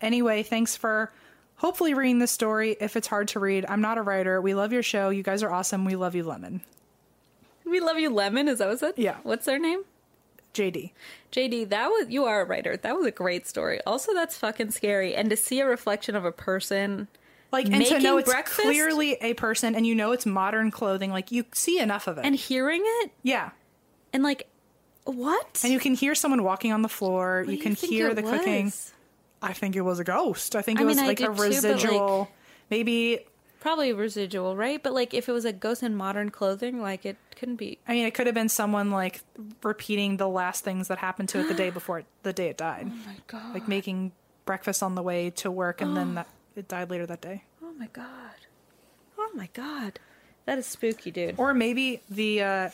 [SPEAKER 2] Anyway, thanks for hopefully reading this story. If it's hard to read, I'm not a writer. We love your show. You guys are awesome. We love you, Lemon.
[SPEAKER 3] We love you, Lemon. Is that what it said?
[SPEAKER 2] Yeah.
[SPEAKER 3] What's their name?
[SPEAKER 2] JD.
[SPEAKER 3] JD, that was you are a writer. That was a great story. Also, that's fucking scary. And to see a reflection of a person,
[SPEAKER 2] Like, and to
[SPEAKER 3] Making
[SPEAKER 2] know it's
[SPEAKER 3] breakfast?
[SPEAKER 2] clearly a person and you know it's modern clothing, like, you see enough of it.
[SPEAKER 3] and hearing it
[SPEAKER 2] yeah.
[SPEAKER 3] and like what
[SPEAKER 2] And you can hear someone walking on the floor.
[SPEAKER 3] What
[SPEAKER 2] you
[SPEAKER 3] do
[SPEAKER 2] can
[SPEAKER 3] think
[SPEAKER 2] hear
[SPEAKER 3] it
[SPEAKER 2] the cooking.
[SPEAKER 3] was?
[SPEAKER 2] I think it was a ghost. I think
[SPEAKER 3] I
[SPEAKER 2] it was
[SPEAKER 3] mean, I
[SPEAKER 2] like
[SPEAKER 3] do
[SPEAKER 2] a
[SPEAKER 3] too, but, like-
[SPEAKER 2] residual, maybe
[SPEAKER 3] probably residual, right? But like if it was a ghost in modern clothing, like it couldn't be.
[SPEAKER 2] I mean, it could have been someone like repeating the last things that happened to it the day before it, the day it died,
[SPEAKER 3] Oh my god!
[SPEAKER 2] like making breakfast on the way to work, and then that it died later that day.
[SPEAKER 3] oh my god! Oh my god! That is spooky, dude.
[SPEAKER 2] Or maybe the uh,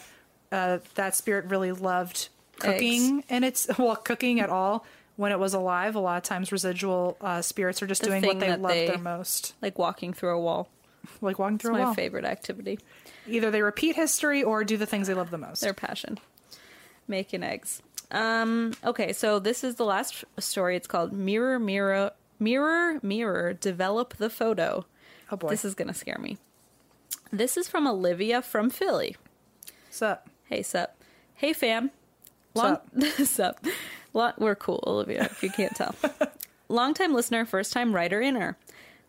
[SPEAKER 2] uh, that spirit really loved cooking, and it's well cooking at all when it was alive. A lot of times, residual uh, spirits are just
[SPEAKER 3] The
[SPEAKER 2] doing what
[SPEAKER 3] thing
[SPEAKER 2] they
[SPEAKER 3] that
[SPEAKER 2] love
[SPEAKER 3] they-
[SPEAKER 2] their most,
[SPEAKER 3] Like walking through a wall.
[SPEAKER 2] like walking
[SPEAKER 3] It's
[SPEAKER 2] through
[SPEAKER 3] my
[SPEAKER 2] a wall.
[SPEAKER 3] favorite activity.
[SPEAKER 2] Either they repeat history or do the things they love the most.
[SPEAKER 3] Their passion, making eggs. Um. Okay, so this is the last story. It's called "Mirror, Mirror, Mirror, Mirror." Develop the photo.
[SPEAKER 2] oh boy,
[SPEAKER 3] This is gonna scare me. This is from Olivia from Philly.
[SPEAKER 2] what's up?
[SPEAKER 3] Hey, sup. Hey, fam. Long sup. Lo- We're cool, Olivia, if you can't tell. Longtime listener, first time writer inner.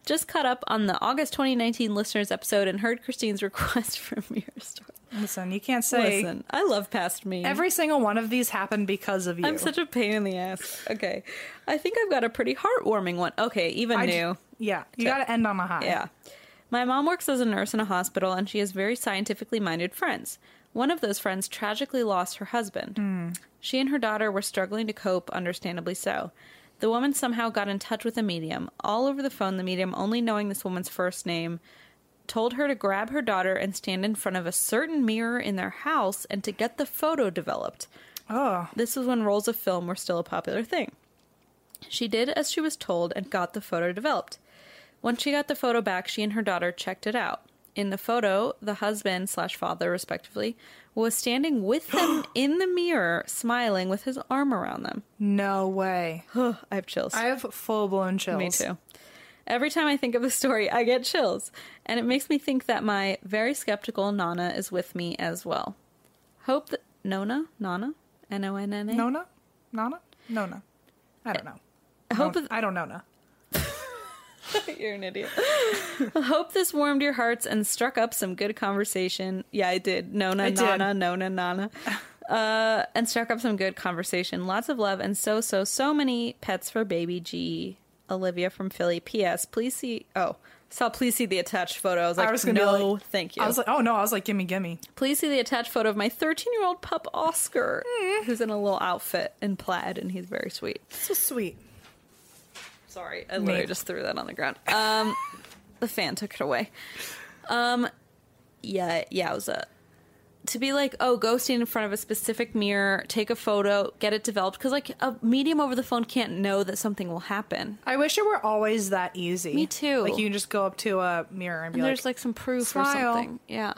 [SPEAKER 3] Just caught up on the August 2019 listeners episode and heard Christine's request for mirror story.
[SPEAKER 2] Listen, you can't say
[SPEAKER 3] Listen, I love past me.
[SPEAKER 2] every single one of these happened because of you.
[SPEAKER 3] I'm such a pain in the ass. Okay. I think I've got a pretty heartwarming one. Okay, even
[SPEAKER 2] I j-
[SPEAKER 3] new.
[SPEAKER 2] Yeah, you
[SPEAKER 3] So-
[SPEAKER 2] got to end on a high.
[SPEAKER 3] Yeah. My mom works as a nurse in a hospital and she has very scientifically minded friends. One of those friends tragically lost her husband. She and her daughter were struggling to cope, understandably so. The woman somehow got in touch with a medium. All over the phone, the medium, only knowing this woman's first name, told her to grab her daughter and stand in front of a certain mirror in their house and to get the photo developed.
[SPEAKER 2] Oh,
[SPEAKER 3] This was when rolls of film were still a popular thing. She did as she was told and got the photo developed. Once she got the photo back, she and her daughter checked it out. In the photo, the husband slash father, respectively, was standing with them in the mirror, smiling with his arm around them.
[SPEAKER 2] no way.
[SPEAKER 3] I have chills.
[SPEAKER 2] I have full blown chills.
[SPEAKER 3] Me too. Every time I think of the story, I get chills, and it makes me think that my very skeptical Nana is with me as well. Hope that Nona, Nana, N O N N A.
[SPEAKER 2] Nona? Nona? Nona. I don't know.
[SPEAKER 3] I hope
[SPEAKER 2] Nona- I don't know.
[SPEAKER 3] You're an idiot. Hope this warmed your hearts and struck up some good conversation. Yeah, I did. Nona,
[SPEAKER 2] I did.
[SPEAKER 3] Nana, Nona, Nana. Uh, and struck up some good conversation. Lots of love and so, so, so many pets for baby G. Olivia from Philly. P.S. Please see. Oh, saw. Please see the attached photo. I was like,
[SPEAKER 2] was gonna be
[SPEAKER 3] no,
[SPEAKER 2] like-
[SPEAKER 3] thank you.
[SPEAKER 2] I was like, oh no, I was like, gimme, gimme.
[SPEAKER 3] Please see the attached photo of my 13 year old pup Oscar,
[SPEAKER 2] Mm.
[SPEAKER 3] who's in a little outfit in plaid, and he's very sweet.
[SPEAKER 2] So sweet.
[SPEAKER 3] Sorry, I literally
[SPEAKER 2] Nate.
[SPEAKER 3] just threw that on the ground. Um, the fan took it away. Um, yeah, yowza. To be like, oh, go stand in front of a specific mirror, take a photo, get it developed, because like a medium over the phone can't know that something will happen.
[SPEAKER 2] I wish it were always that easy.
[SPEAKER 1] Me too.
[SPEAKER 2] Like you can just go up to a mirror and be
[SPEAKER 1] And
[SPEAKER 2] like,
[SPEAKER 1] there's like some proof
[SPEAKER 2] smile.
[SPEAKER 1] or something.
[SPEAKER 3] Yeah,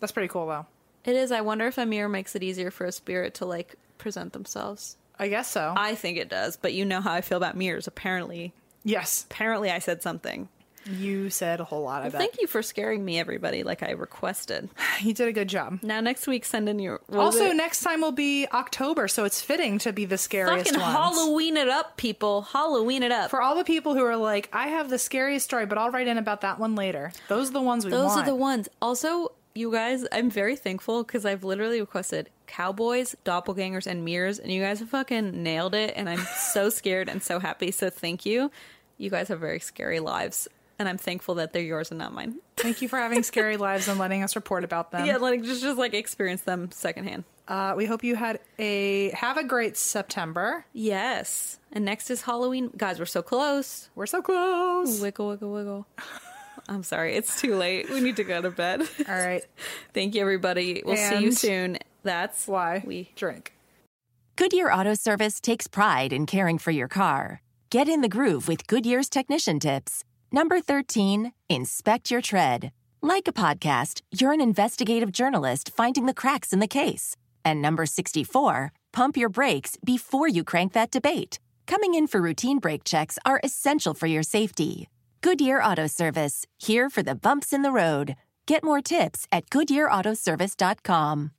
[SPEAKER 2] that's pretty cool though.
[SPEAKER 3] it is. I wonder if a mirror makes it easier for a spirit to like present themselves.
[SPEAKER 2] I guess so.
[SPEAKER 3] I think it does, but you know how I feel about mirrors. Apparently,
[SPEAKER 2] yes.
[SPEAKER 3] apparently, I said something.
[SPEAKER 2] You said a whole lot, I bet.
[SPEAKER 3] Thank you for scaring me, everybody, like I requested.
[SPEAKER 2] You did a good job.
[SPEAKER 3] Now next week, send in your what was
[SPEAKER 2] Also,
[SPEAKER 3] it?
[SPEAKER 2] next time will be October, so it's fitting to be the scariest
[SPEAKER 3] fucking
[SPEAKER 2] ones.
[SPEAKER 3] Halloween it up, people. Halloween it up.
[SPEAKER 2] For all the people who are like, I have the scariest story, but I'll write in about that one later. Those are the ones we
[SPEAKER 3] Those
[SPEAKER 2] want.
[SPEAKER 3] are the ones. Also, you guys, I'm very thankful because I've literally requested cowboys, doppelgangers, and mirrors, and you guys have fucking nailed it. And I'm so scared and so happy. So thank you. You guys have very scary lives, and I'm thankful that they're yours and not mine. Um,
[SPEAKER 2] Thank you for having scary lives and letting us report about them.
[SPEAKER 3] yeah, like just just like experience them secondhand.
[SPEAKER 2] Uh, we hope you had a have a great September.
[SPEAKER 3] Yes. And next is Halloween. Guys, we're so close.
[SPEAKER 2] We're so close.
[SPEAKER 3] Wiggle, wiggle, wiggle. I'm sorry. It's too late. We need to go to bed.
[SPEAKER 2] All right.
[SPEAKER 3] Thank you, everybody. We'll see you
[SPEAKER 2] And-
[SPEAKER 3] soon. That's
[SPEAKER 2] Why?
[SPEAKER 3] we
[SPEAKER 2] drink.
[SPEAKER 5] Goodyear Auto Service takes pride in caring for your car. Get in the groove with Goodyear's technician tips. Number 13, inspect your tread. Like a podcast, you're an investigative journalist finding the cracks in the case. And number 64, pump your brakes before you crank that debate. Coming in for routine brake checks are essential for your safety. Goodyear Auto Service, here for the bumps in the road. Get more tips at goodyearautoservice.com.